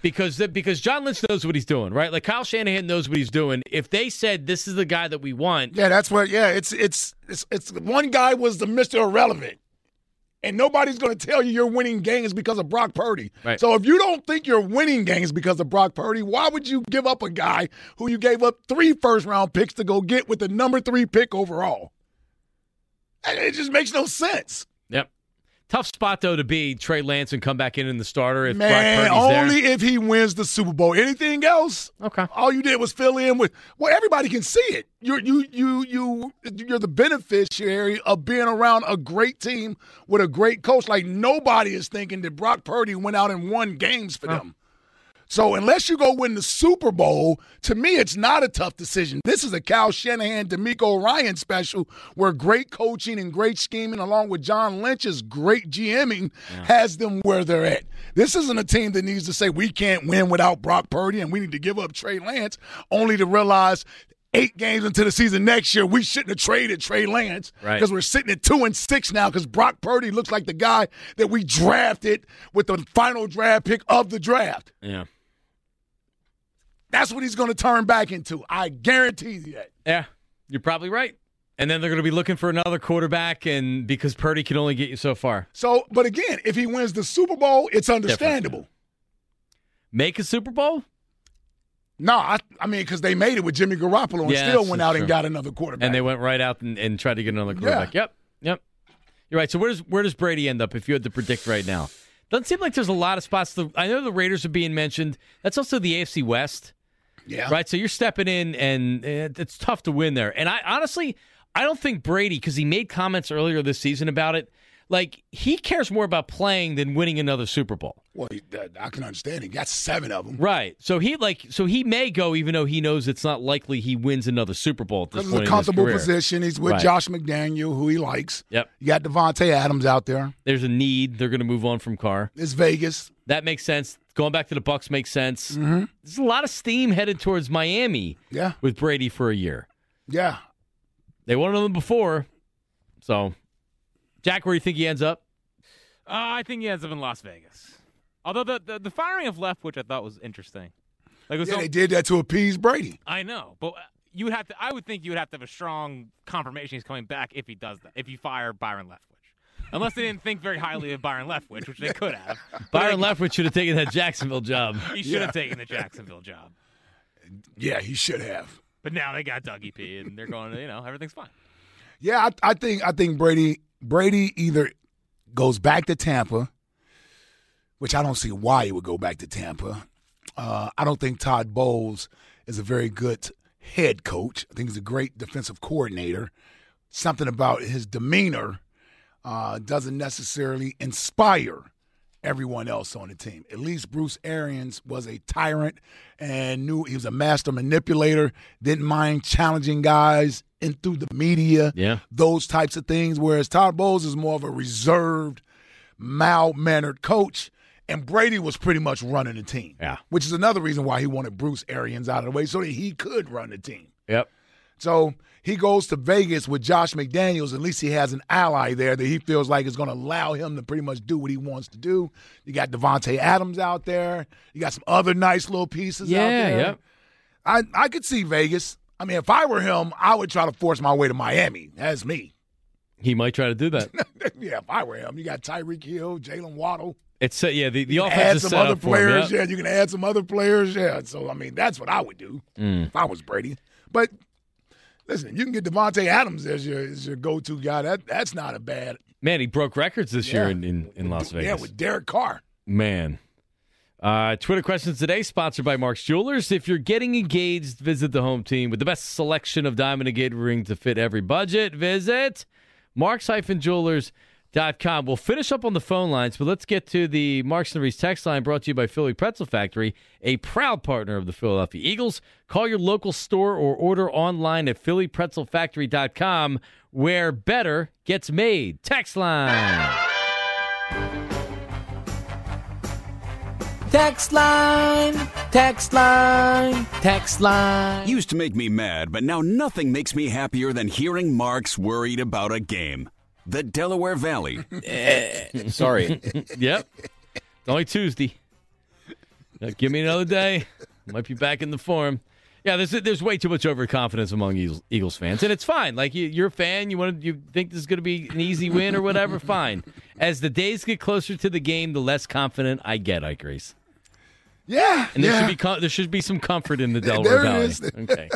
A: Because the, because John Lynch knows what he's doing, right? Like Kyle Shanahan knows what he's doing. If they said this is the guy that we want,
B: Yeah, that's what. Yeah, it's it's it's it's one guy was the Mister Irrelevant, and nobody's going to tell you you're winning games because of Brock Purdy.
A: Right.
B: So if you don't think you're winning games because of Brock Purdy, why would you give up a guy who you gave up three first round picks to go get with the number three pick overall? And It just makes no sense,
A: yep. Tough spot though to be Trey Lance and come back in in the starter if
B: man.
A: Brock Purdy's
B: Only if he wins the Super Bowl. Anything else?
A: there. Okay.
B: All you did was fill in with well, everybody can see it. You're you you you you're the beneficiary of being around a great team with a great coach. Like nobody is thinking that Brock Purdy went out and won games
A: Oh.
B: for them. So unless you go win the Super Bowl, to me it's not a tough decision. This is a Cal Shanahan, D'Amico Ryan special where great coaching and great scheming, along with John Lynch's great GMing, has them where they're at. This isn't a team that needs to say we can't win without Brock Purdy and we need to give up Trey Lance, only to realize eight games into the season next year we shouldn't have traded Trey Lance
A: Right.
B: because we're sitting at two and six now because Brock Purdy looks like the guy that we drafted with the final draft pick of the draft.
A: Yeah.
B: That's what he's going to turn back into. I guarantee you that.
A: Yeah, you're probably right. And then they're going to be looking for another quarterback, and because Purdy can only get you so far,
B: So, but again, if he wins the Super Bowl, it's understandable.
A: make a Super Bowl,
B: No, I, I mean, because they made it with Jimmy Garoppolo and
A: Yeah,
B: still
A: that's-
B: went
A: that's
B: out
A: true.
B: and got another quarterback.
A: and they went right out and, and tried to get another quarterback. Yep, yep. You're right. So where does where does Brady end up if you had to predict right now? Doesn't seem like there's a lot of spots. The, I know the Raiders are being mentioned. That's also the AFC West.
B: Yeah.
A: Right. So you're stepping in, and it- it's tough to win there. And I honestly, I don't think Brady, because he made comments earlier this season about it, like he cares more about playing than winning another Super Bowl.
B: Well, he- that- I can understand. He got seven of them.
A: Right. So he like so he may go even though he knows it's not likely he wins another Super Bowl at this
B: This
A: point.
B: is a
A: in his
B: comfortable
A: career.
B: position. He's with
A: Right.
B: Josh McDaniel, who he likes.
A: Yep.
B: You got Devontae Adams out there.
A: There's a need. They're going to move on from Carr.
B: It's Vegas.
A: That makes sense. Going back to the Bucks makes sense.
B: Mm-hmm.
A: There's a lot of steam headed towards Miami
B: Yeah.
A: with Brady for a year.
B: Yeah.
A: They wanted him before, so Jack, where do you think he ends up?
C: Uh, I think he ends up in Las Vegas. Although the, the, the firing of Left, which I thought was interesting, like it was
B: Yeah,
C: so-
B: they did that to appease Brady.
C: I know, but uh, you would have to. I would think you would have to have a strong confirmation he's coming back if he does that. If you fire Byron Leftwich, unless they didn't think very highly of Byron Leftwich, which they could have.
A: Byron Leftwich should have taken that Jacksonville job.
C: He should
B: Yeah.
C: have taken the Jacksonville job,
B: Yeah, he should have.
C: but now they got Dougie P, and they're going. You know, everything's fine.
B: Yeah, I, I think I think Brady Brady either goes back to Tampa, which I don't see why he would go back to Tampa. Uh, I don't think Todd Bowles is a very good head coach. I think he's a great defensive coordinator. Something about his demeanor uh, doesn't necessarily inspire everyone else on the team. At least Bruce Arians was a tyrant and knew he was a master manipulator, didn't mind challenging guys and through the media,
A: Yeah.
B: those types of things. Whereas Todd Bowles is more of a reserved, mild mannered coach. And Brady was pretty much running the team.
A: Yeah.
B: Which is another reason why he wanted Bruce Arians out of the way so that he could run the team.
A: Yep.
B: So he goes to Vegas with Josh McDaniels. At least he has an ally there that he feels like is going to allow him to pretty much do what he wants to do. You got Devontae Adams out there. You got some other nice little pieces out
A: Yeah,
B: there.
A: yep.
B: I, I could see Vegas. I mean, if I were him, I would try to force my way to Miami. That's me.
A: He might try to do that.
B: yeah, if I were him, you got Tyreek Hill, Jalen Waddle.
A: It's uh, yeah, the, the offense
B: Add
A: is
B: some
A: set
B: other
A: up for him,
B: players.
A: yeah.
B: Yeah, you can add some other players. Yeah. So, I mean, that's what I would do.
A: Mm.
B: if I was Brady. But listen, you can get Devontae Adams as your as your go to guy. That that's not a bad
A: Man, he broke records this year
B: Yeah.
A: in, in, in Las Vegas.
B: yeah with Derek Carr.
A: Man. Uh, Twitter questions today, sponsored by Mark's Jewelers. If you're getting engaged, visit the home team with the best selection of diamond engagement rings to fit every budget. Visit marks-jewelers.com. We'll finish up on the phone lines, but let's get to the Marks and Reese text line brought to you by Philly Pretzel Factory, a proud partner of the Philadelphia Eagles. Call your local store or order online at phillypretzelfactory.com where better gets made. Text line.
J: Text line, text line, text line.
K: Used to make me mad, but now nothing makes me happier than hearing Mark's worried about a game. The Delaware Valley.
L: Sorry.
A: Yep. It's only Tuesday. Now, give me another day. Might be back in the form. Yeah, there's there's way too much overconfidence among Eagles, Eagles fans, and it's fine. Like you, you're a fan, you want to, you think this is going to be an easy win or whatever. Fine. As the days get closer to the game, the less confident I get, I Grace.
B: Yeah.
A: And there
B: yeah.
A: should be com- there should be some comfort in the
B: There
A: Delaware
B: it
A: Valley.
B: is.
A: Okay.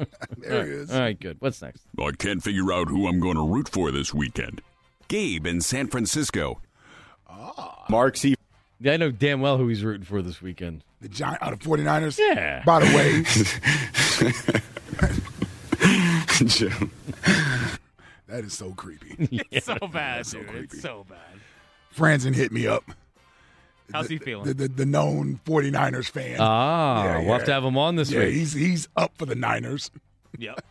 B: there
A: All
B: he
A: right.
B: is.
A: All right. Good. What's next?
K: I can't figure out who I'm going to root for this weekend. Gabe in San Francisco.
L: Mark C.
A: Yeah, I know damn well who he's rooting for this weekend.
B: The Giant out of 49ers.
A: Yeah.
B: By the way,
L: Jim.
B: that is so creepy.
C: It's so bad, dude. it's so bad.
B: Franzen hit me up.
C: How's he
B: The,
C: feeling? Oh,
B: the, the known 49ers fan.
A: Ah,
B: Yeah,
A: we'll have
B: yeah.
A: to have him on this
B: yeah,
A: week.
B: he's he's up for the Niners.
C: Yep.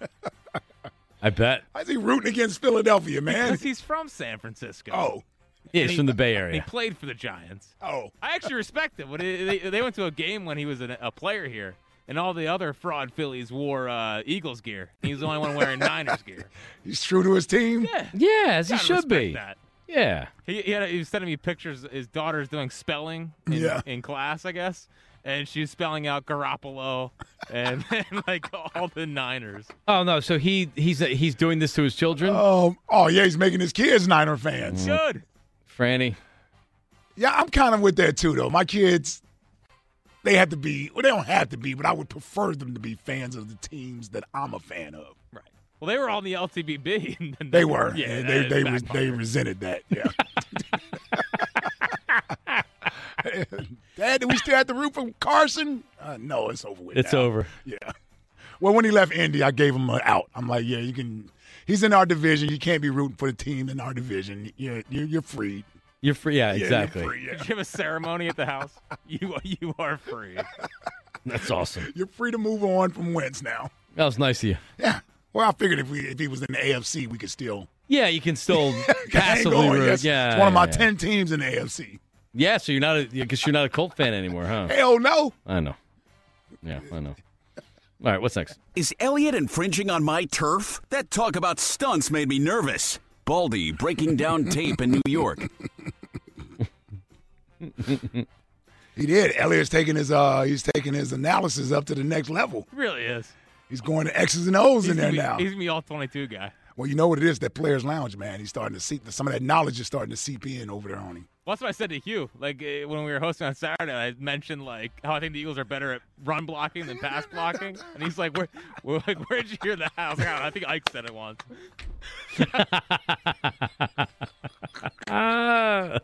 A: I bet.
B: How's he rooting against Philadelphia, man?
C: Because he's from San Francisco.
B: Oh,
A: Yeah, he's
C: he-
A: from the Bay
C: He
A: Area.
C: played for the Giants.
B: oh.
C: I actually respect him. When they, they- they went to a game when he was an, a player here, and all the other fraud Phillies wore uh, Eagles gear. He was the only one wearing Niners gear.
B: He's true to his team.
C: Yeah,
A: Yeah, as he
C: gotta
A: should
C: respect
A: be.
C: That.
A: Yeah.
C: He, he, had a, he was sending me pictures. His daughter's doing spelling in,
B: Yeah.
C: in class, I guess, and she was spelling out Garoppolo and, and like all the Niners.
A: Oh no! So he he's he's doing this to his children,
B: Um, oh yeah, he's making his kids Niner fans.
C: Good.
A: Franny.
C: Mm-hmm.
B: Yeah, I'm kind of with that too, though. My kids, they have to be, well, they don't have to be, but I would prefer them to be fans of the teams that I'm a fan of.
C: Right. Well, they were on the LTBB. And then
B: They were.
C: Yeah,
B: and
C: that
B: they they, re-
C: backfired.
B: they resented that. Yeah. we still had the root from Carson? Uh, no, it's over with.
A: It's
B: now.
A: over.
B: Yeah. Well, when he left Indy, I gave him an out. I'm like, yeah, you can. He's in our division. You can't be rooting for the team in our division. You're you're, you're free.
A: You're free. Yeah,
B: you're
A: exactly.
B: free, yeah.
C: Did you have a ceremony at the house? you you are free.
A: That's awesome.
B: You're free to move on from Wentz now.
A: That was nice of you.
B: Yeah. Well, I figured if we if he was in the AFC, we could still
A: Yeah, you can still
B: hang
A: passively
B: on.
A: root.
B: Yes,
A: Yeah,
B: it's one of my
A: yeah,
B: ten teams in the AFC.
A: Yeah, Yeah, so you're not a, because you're not a Colt fan anymore, huh?
B: Hell no.
A: I know. Yeah, I know. All right, what's next?
K: Is Elliot infringing on my turf? That talk about stunts made me nervous. Baldy breaking down tape in New York.
B: He did. Elliott's taking his uh he's taking his analysis up to the next level.
C: Really is.
B: He's going to X's and O's
C: He's
B: in there
C: gonna be-
B: now.
C: He's gonna be all twenty-two guy.
B: Well, you know what it is, that players lounge, man. He's starting to see some of that knowledge is starting to seep in over there on him.
C: Well, that's what I said to Hugh. Like eh, when we were hosting on Saturday, I mentioned like how I think the Eagles are better at run blocking than pass blocking, and he's like, "Where, we're like, where'd you hear that?" I was like, "Oh, I think Ike said it once.
B: Uh,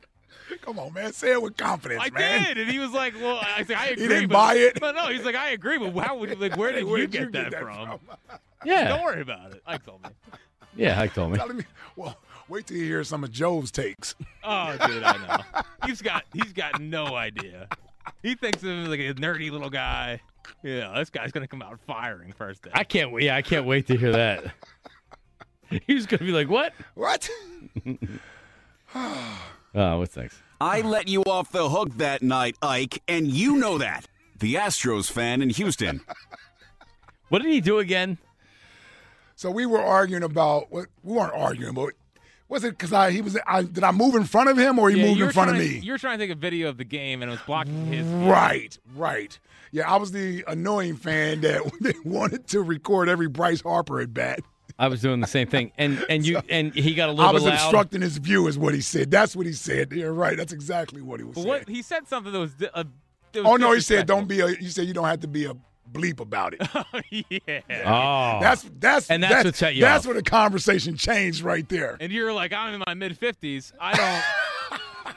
B: Come on, man. Say it with confidence,
C: I
B: man.
C: did, and he was like, "Well, I, I was like, I agree."
B: didn't
C: but-
B: buy it?
C: No, no, he's like, "I agree," but how would like where did
B: Where
C: you
B: did
C: get,
B: you
C: that,
B: get that
C: from?
A: Yeah.
C: don't worry about it. Ike told me.
A: Yeah, I told me.
B: Telling me. Well, wait till you hear some of Joe's takes.
C: Oh, dude, I know. He's got he's got no idea. He thinks of him like a nerdy little guy. Yeah, this guy's gonna come out firing first day.
A: I can't wait. Yeah, I can't wait to hear that. he was going to be like, what?
B: What?
A: Oh, what's next?
K: I let you off the hook that night, Ike, and you know that. The Astros fan in Houston.
A: What did he do again?
B: So we were arguing about what we weren't arguing, but was it because I he was I did I move in front of him or he
C: Yeah,
B: moved
C: you
B: in
C: were
B: front
C: trying,
B: of me?
C: You're trying to take a video of the game and it was blocking his.
B: Right, right. Yeah, I was the annoying fan that wanted to record every Bryce Harper at bat.
A: I was doing the same thing, and and you and he got a little
B: I was
A: bit loud.
B: obstructing his view, is what he said. That's what he said. You're right. That's exactly what he was
C: But
B: saying.
C: what he said something that was. di- Uh, that was
B: Oh no, he said don't be a. You said you don't have to be a bleep about it.
C: disrespectful. yeah.
A: Oh,
B: That's that's
A: And that's what set you
B: That's
A: off.
B: where the conversation changed right there.
C: And you're like, I'm in my mid 50s. I don't.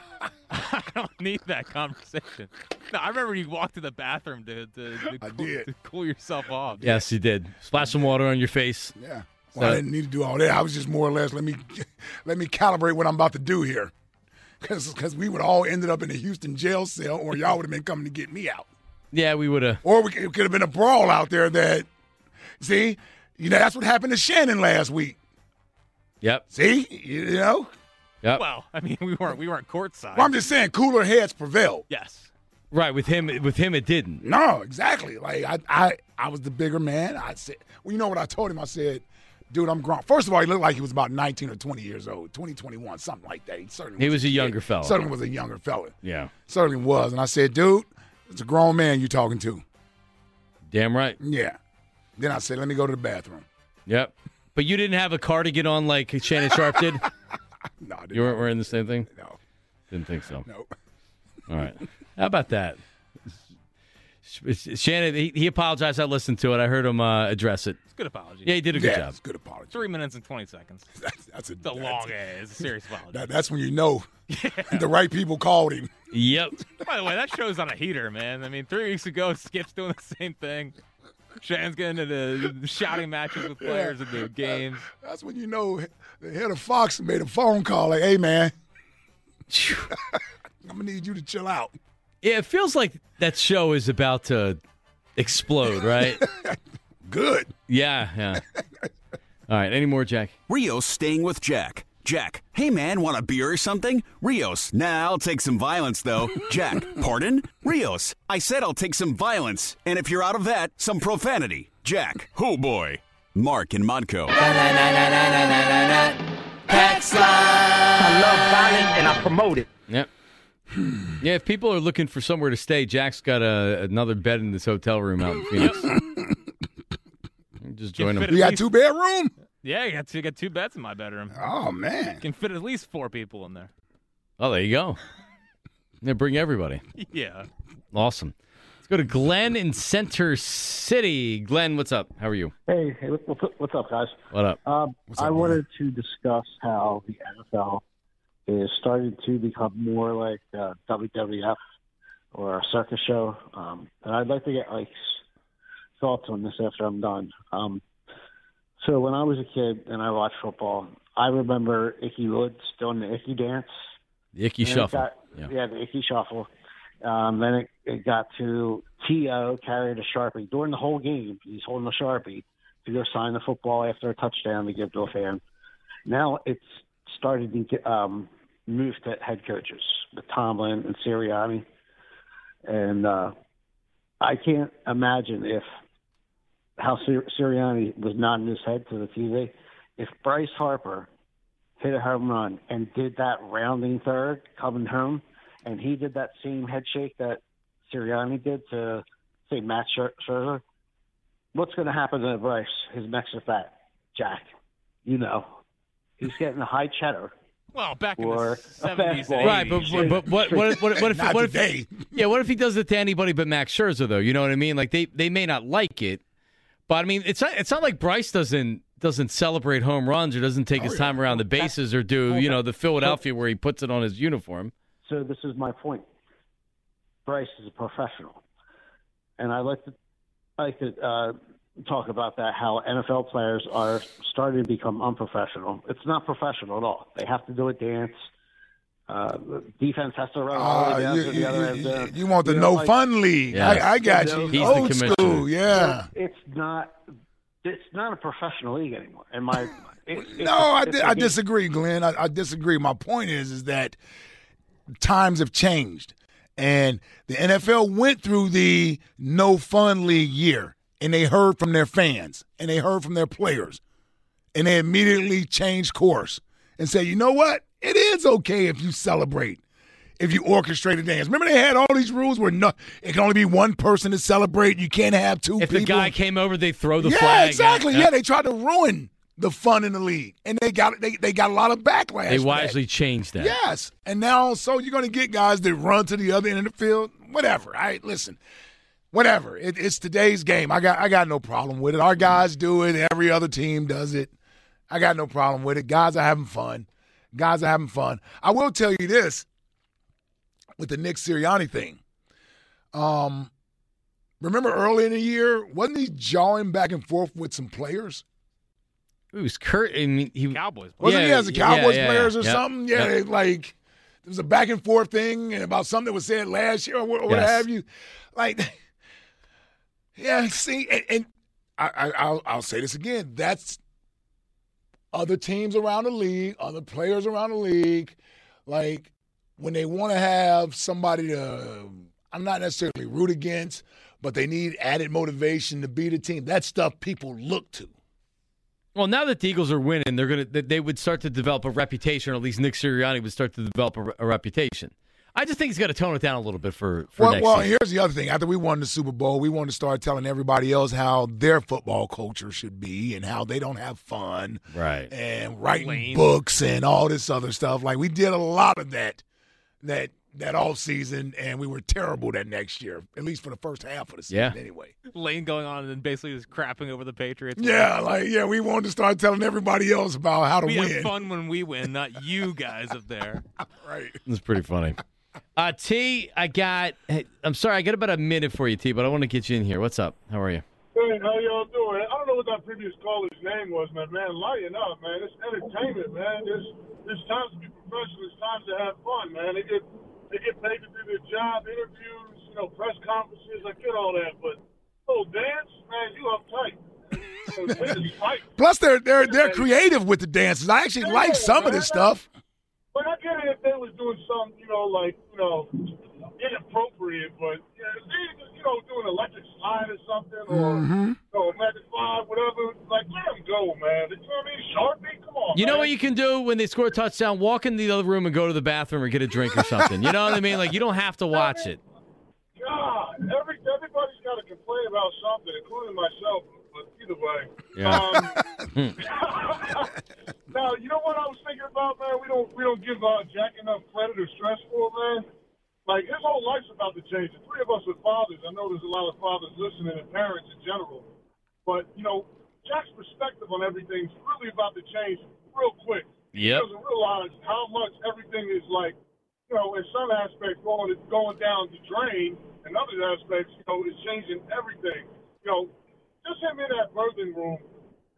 C: I don't need that conversation. No, I remember you walked to the bathroom to to, to,
B: I
C: cool,
B: did.
C: to cool yourself off.
A: yes, you did. Splash some water on your face.
B: Yeah. Well, I
A: So-
B: didn't need to do all that. I was just more or less let me let me calibrate what I'm about to do here, because we would all ended up in a Houston jail cell, or y'all would have been coming to get me out,
A: Yeah, we would have.
B: or we, it could have been a brawl out there. That see, you know, that's what happened to Shannon last week.
A: Yep.
B: See, you know,
A: Yep.
C: Well, I mean, we weren't we weren't courtside.
B: well, I'm just saying, cooler heads prevailed.
C: yes.
A: Right with him. With him, it didn't.
B: No, exactly. Like I, I, I was the bigger man. I said, well, you know what I told him? I said, dude, I'm grown. First of all, he looked like he was about 19 or 20 years old, 20, 21, something like that. He certainly
A: He was a younger
B: kid.
A: fella.
B: Certainly was a younger fella.
A: Yeah.
B: Certainly was. And I said, dude, it's a grown man you talking to.
A: Damn right.
B: Yeah. Then I said, let me go to the bathroom.
A: Yep. But you didn't have a cardigan on like Shannon Sharp did.
B: No, I didn't.
A: You weren't wearing the same thing.
B: No.
A: Didn't think so.
B: No.
A: All right. How about that? Sh- sh- Shannon, he, he apologized. I listened to it. I heard him uh, address it.
C: It's a good apology.
A: Yeah, he did a good
B: yeah,
A: job.
B: it's a good apology.
C: Three minutes and 20 seconds. It's
B: That's, that's a,
C: a
B: that's-
C: long ass. It's a serious apology.
B: that- that's when you know the right people called him.
A: Yep.
C: By the way, that show's on a heater, man. I mean, three weeks ago, Skip's doing the same thing. Shannon's getting into the shouting matches with players in
B: Uh,
C: the games.
B: That's when you know the head of Fox made a phone call like, hey, man, I'm going to need you to chill out.
A: Yeah, it feels like that show is about to explode, right?
B: Good.
A: yeah, yeah. All right, any more, Jack?
K: Rios staying with Jack. Jack, hey man, want a beer or something? Rios, nah, I'll take some violence though. Jack, pardon? Rios, I said I'll take some violence, and if you're out of that, some profanity. Jack, oh boy. Mark and Modco.
J: Text line.
D: I love violence and I promote it.
A: Yep. yeah, if people are looking for somewhere to stay, Jack's got a, another bed in this hotel room out in Phoenix. Just join
C: Can
A: him.
C: fit
B: You
C: at
B: got
C: least-
B: two bedroom?
C: Yeah, you got two, you got two beds in my bedroom.
B: Oh, man.
C: Can fit at least four people in there.
A: Oh, there you go. Yeah, bring everybody.
C: Yeah.
A: Awesome. Let's go to Glenn in Center City. Glenn, what's up? How are you?
M: Hey, hey, what's, what's up- what's up, guys?
A: What up?
M: Um,
B: up,
M: I
B: man?
M: wanted to discuss how the NFL is starting to become more like uh, WWF or a circus show. Um, and I'd like to get like thoughts on this after I'm done. Um, so when I was a kid and I watched football, I remember Icky Woods doing the Icky dance.
A: The Icky
M: And it
A: Shuffle.
M: got-
A: yeah.
M: the Icky Shuffle. Um, then it, it got to T.O. carried a Sharpie. During the whole game, he's holding a Sharpie to go sign the football after a touchdown to give to a fan. Now it's started to get, um, move to head coaches, with Tomlin and Sirianni. And uh, I can't imagine if how Sir- Sirianni was nodding his head to the TV. If Bryce Harper hit a home run and did that rounding third coming home, and he did that same head shake that Sirianni did to say Matt Scher- Scherzer, what's going to happen to Bryce? His next at bat, Jack. You know, he's getting a high cheddar.
C: Well, back in
M: Or
C: the
M: a
C: seventies,
M: fastball.
A: Right, but, but, but what what what, what if
C: Not
A: what if
C: today.
A: yeah what if he does it to anybody but Max Scherzer though? You know what I mean? Like they they may not like it, but I mean it's not it's not like Bryce doesn't doesn't celebrate home runs or doesn't
M: Oh,
A: take his time around the bases or do you know the Philadelphia where he puts it on his uniform.
M: So this is my point. Bryce is a professional, and I like to I like to uh, talk about that. How NFL players are starting to become unprofessional. It's not professional at all. They have to do a dance. Uh, the defense has to run all the
B: Ah,
M: way down
B: you-
M: to
B: you-
M: the other end
B: you-
M: zone.
B: you want the
M: You know,
B: no
M: like-
B: fun league. I, I got
M: You
B: you.
M: know,
B: Old school, yeah.
M: It's not. It's not a professional league anymore. And my it- it's
B: No,
M: a-
B: I,
M: it's
B: di-
M: a
B: I
M: game.
B: disagree, Glenn. I, I disagree. My point is, is that times have changed, and the NFL went through the no fun league year, and they heard from their fans, and they heard from their players, and they immediately changed course and said, you know what? It is okay if you celebrate. If you orchestrate a dance, remember they had all these rules where no, it can only be one person to celebrate. You can't have two
A: If
B: people.
A: the guy came over, they throw the
B: yeah,
A: flag.
B: exactly.
A: Yeah.
B: Yeah. they tried to ruin the fun in the league, and they got they, they got a lot of backlash.
A: they
B: for that.
A: wisely changed that.
B: Yes, and now so you're going to get guys that run to the other end of the field. Whatever. All right, listen, whatever. It, it's today's game. I got I got no problem with it. Our guys do it. Every other team does it. I got no problem with it. Guys are having fun. Guys are having fun. I will tell you this with the Nick Sirianni thing. Um, remember early in the year, wasn't he jawing back and forth with some players?
A: It was Kurt. I mean, he Cowboys.
B: Wasn't he as a Cowboys
A: yeah, yeah,
B: players or
A: yep,
B: something? Yeah,
A: yep.
B: they, like there was a back and forth thing and about something that was said last year or what, or what
A: Yes.
B: have you. Like, yeah, see, and, and I, I, I'll, I'll say this again. That's other teams around the league, other players around the league, like when they want to have somebody to, I'm not necessarily root against, but they need added motivation to be the team. That stuff people look to.
A: Well, now that the Eagles are winning, they're gonna they- they would start to develop a reputation, or at least Nick Sirianni would start to develop a, re- a reputation. I just think he's got to tone it down a little bit for, for
B: well,
A: next
B: well
A: season.
B: here's the other thing. After we won the Super Bowl, we want to start telling everybody else how their football culture should be and how they don't have fun
A: Right.
B: and writing
A: Lame.
B: books and all this other stuff. Like we did a lot of that that that off season, and we were terrible that next year, at least for the first half of the season.
A: Yeah.
B: Anyway.
C: Lane going on and basically just crapping over the Patriots.
B: Yeah, like yeah, we wanted to start telling everybody else about how to
C: we
B: win.
C: have fun when we win, not you guys up there.
B: right.
A: That's pretty funny. Uh, T, I got. hey, I'm sorry, I got about a minute for you, T, but I want to get you in here. What's up? How are you?
N: Hey, how y'all doing? I don't know what that previous caller's name was, man. Man, lighten up, man. It's entertainment, man. It's it's time to be professional. It's time to have fun, man. They get they get paid to do their job, interviews, you know, press conferences. I get all that, but oh, dance, man, you uptight. You know, this is tight.
B: Plus, they're they're they're creative with the dances. I actually like some of this stuff.
N: But I get it if they was doing something, you know, like, you know, inappropriate, but, yeah, if they, was, you know, doing electric slide or something, or,
A: Mhm.
N: you know, magic slide, whatever, like, let them go, man. You know what I mean? Sharpie, come on,
A: You know
N: man.
A: what you can do when they score a touchdown? Walk in the other room and go to the bathroom or get a drink or something. You know what I mean? Like you don't have to watch it.
N: God, every, everybody's got to complain about something, including myself, but either way.
A: Yeah.
N: Um, now, you know what I was thinking about, man? We don't we don't give uh, Jack enough credit or stress for, man. Like his whole life's about to change. The three of us are fathers. I know there's a lot of fathers listening and parents in general, but you know, Jack's perspective on everything's really about to change real quick. He
A: Yep.
N: doesn't realize how much everything is like. you know, in some aspects, going going down the drain, and other aspects, you know, it's changing everything. You know, just him in that birthing room,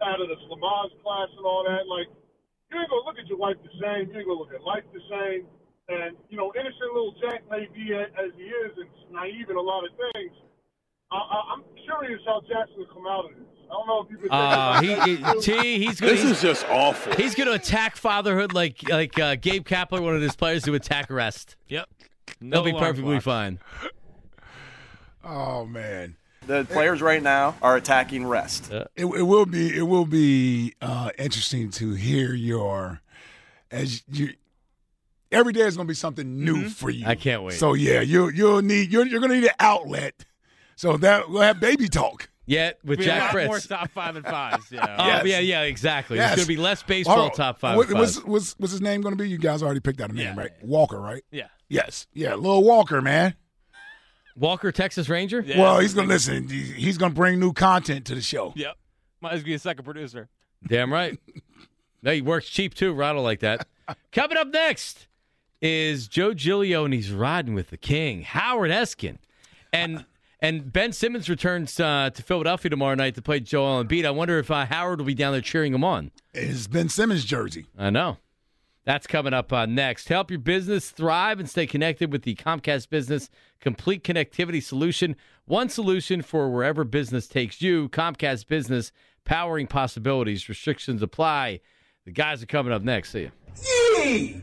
N: out of the Slamaz class and all that. Like, you ain't gonna look at your wife the same. You ain't gonna look at life the same. And you know, innocent little Jack may be a- as he is, and naive in a lot of things. I, I, I'm curious how Jackson will come out of this. I don't know if you could.
A: Uh, he, he- T, he's gonna,
N: This is
A: just awful. He's going to attack fatherhood like like uh, Gabe Kapler, one of his players, to attack arrest.
C: Yep,
A: they'll be
B: alarm
A: perfectly
B: clock.
A: fine.
B: Oh man,
O: The players right now are attacking rest.
B: it, it will be it will be uh, interesting to hear your as you. Every day is going to be something new for you.
A: Mm-hmm. I can't wait.
B: So yeah, you you'll need you're, you're going to need an outlet. So that we'll have baby talk.
A: Yeah, with
C: We have
A: Jack
C: a lot
A: Fritz.
C: more top five and fives. Yeah.
A: Oh yeah, yeah, exactly.
B: Yes.
A: There's going to be less baseball
B: All right.
A: top five.
B: What-
A: and
B: what's,
A: fives.
B: what's what's his name going to be? You guys already picked out a name, right? Walker, right?
C: Yeah.
B: Yes. Yeah, Lil Walker, man.
A: Walker, Texas Ranger.
B: well, he's going to listen. He- He's going to bring new content to the show.
C: Yep. Might as well be a second producer.
A: Damn right. no, he works cheap too. Rattle like that. Coming up next is Joe Giglio, and he's riding with the king, Howard Eskin, and and Ben Simmons returns uh, to Philadelphia tomorrow night to play Joel Embiid. I wonder if uh, Howard will be down there cheering him on.
B: Is Ben Simmons jersey?
A: I know. That's coming up uh, next. Help your business thrive and stay connected with the Comcast Business Complete Connectivity Solution. One solution for wherever business takes you. Comcast Business, powering possibilities. Restrictions apply. The guys are coming up next. See you.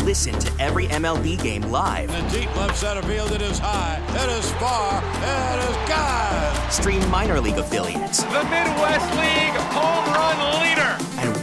P: Listen to every MLB game live.
Q: In the deep left center field, it is high, it is far, it is gone.
P: Stream minor league affiliates
Q: The Midwest League home run leader.
P: and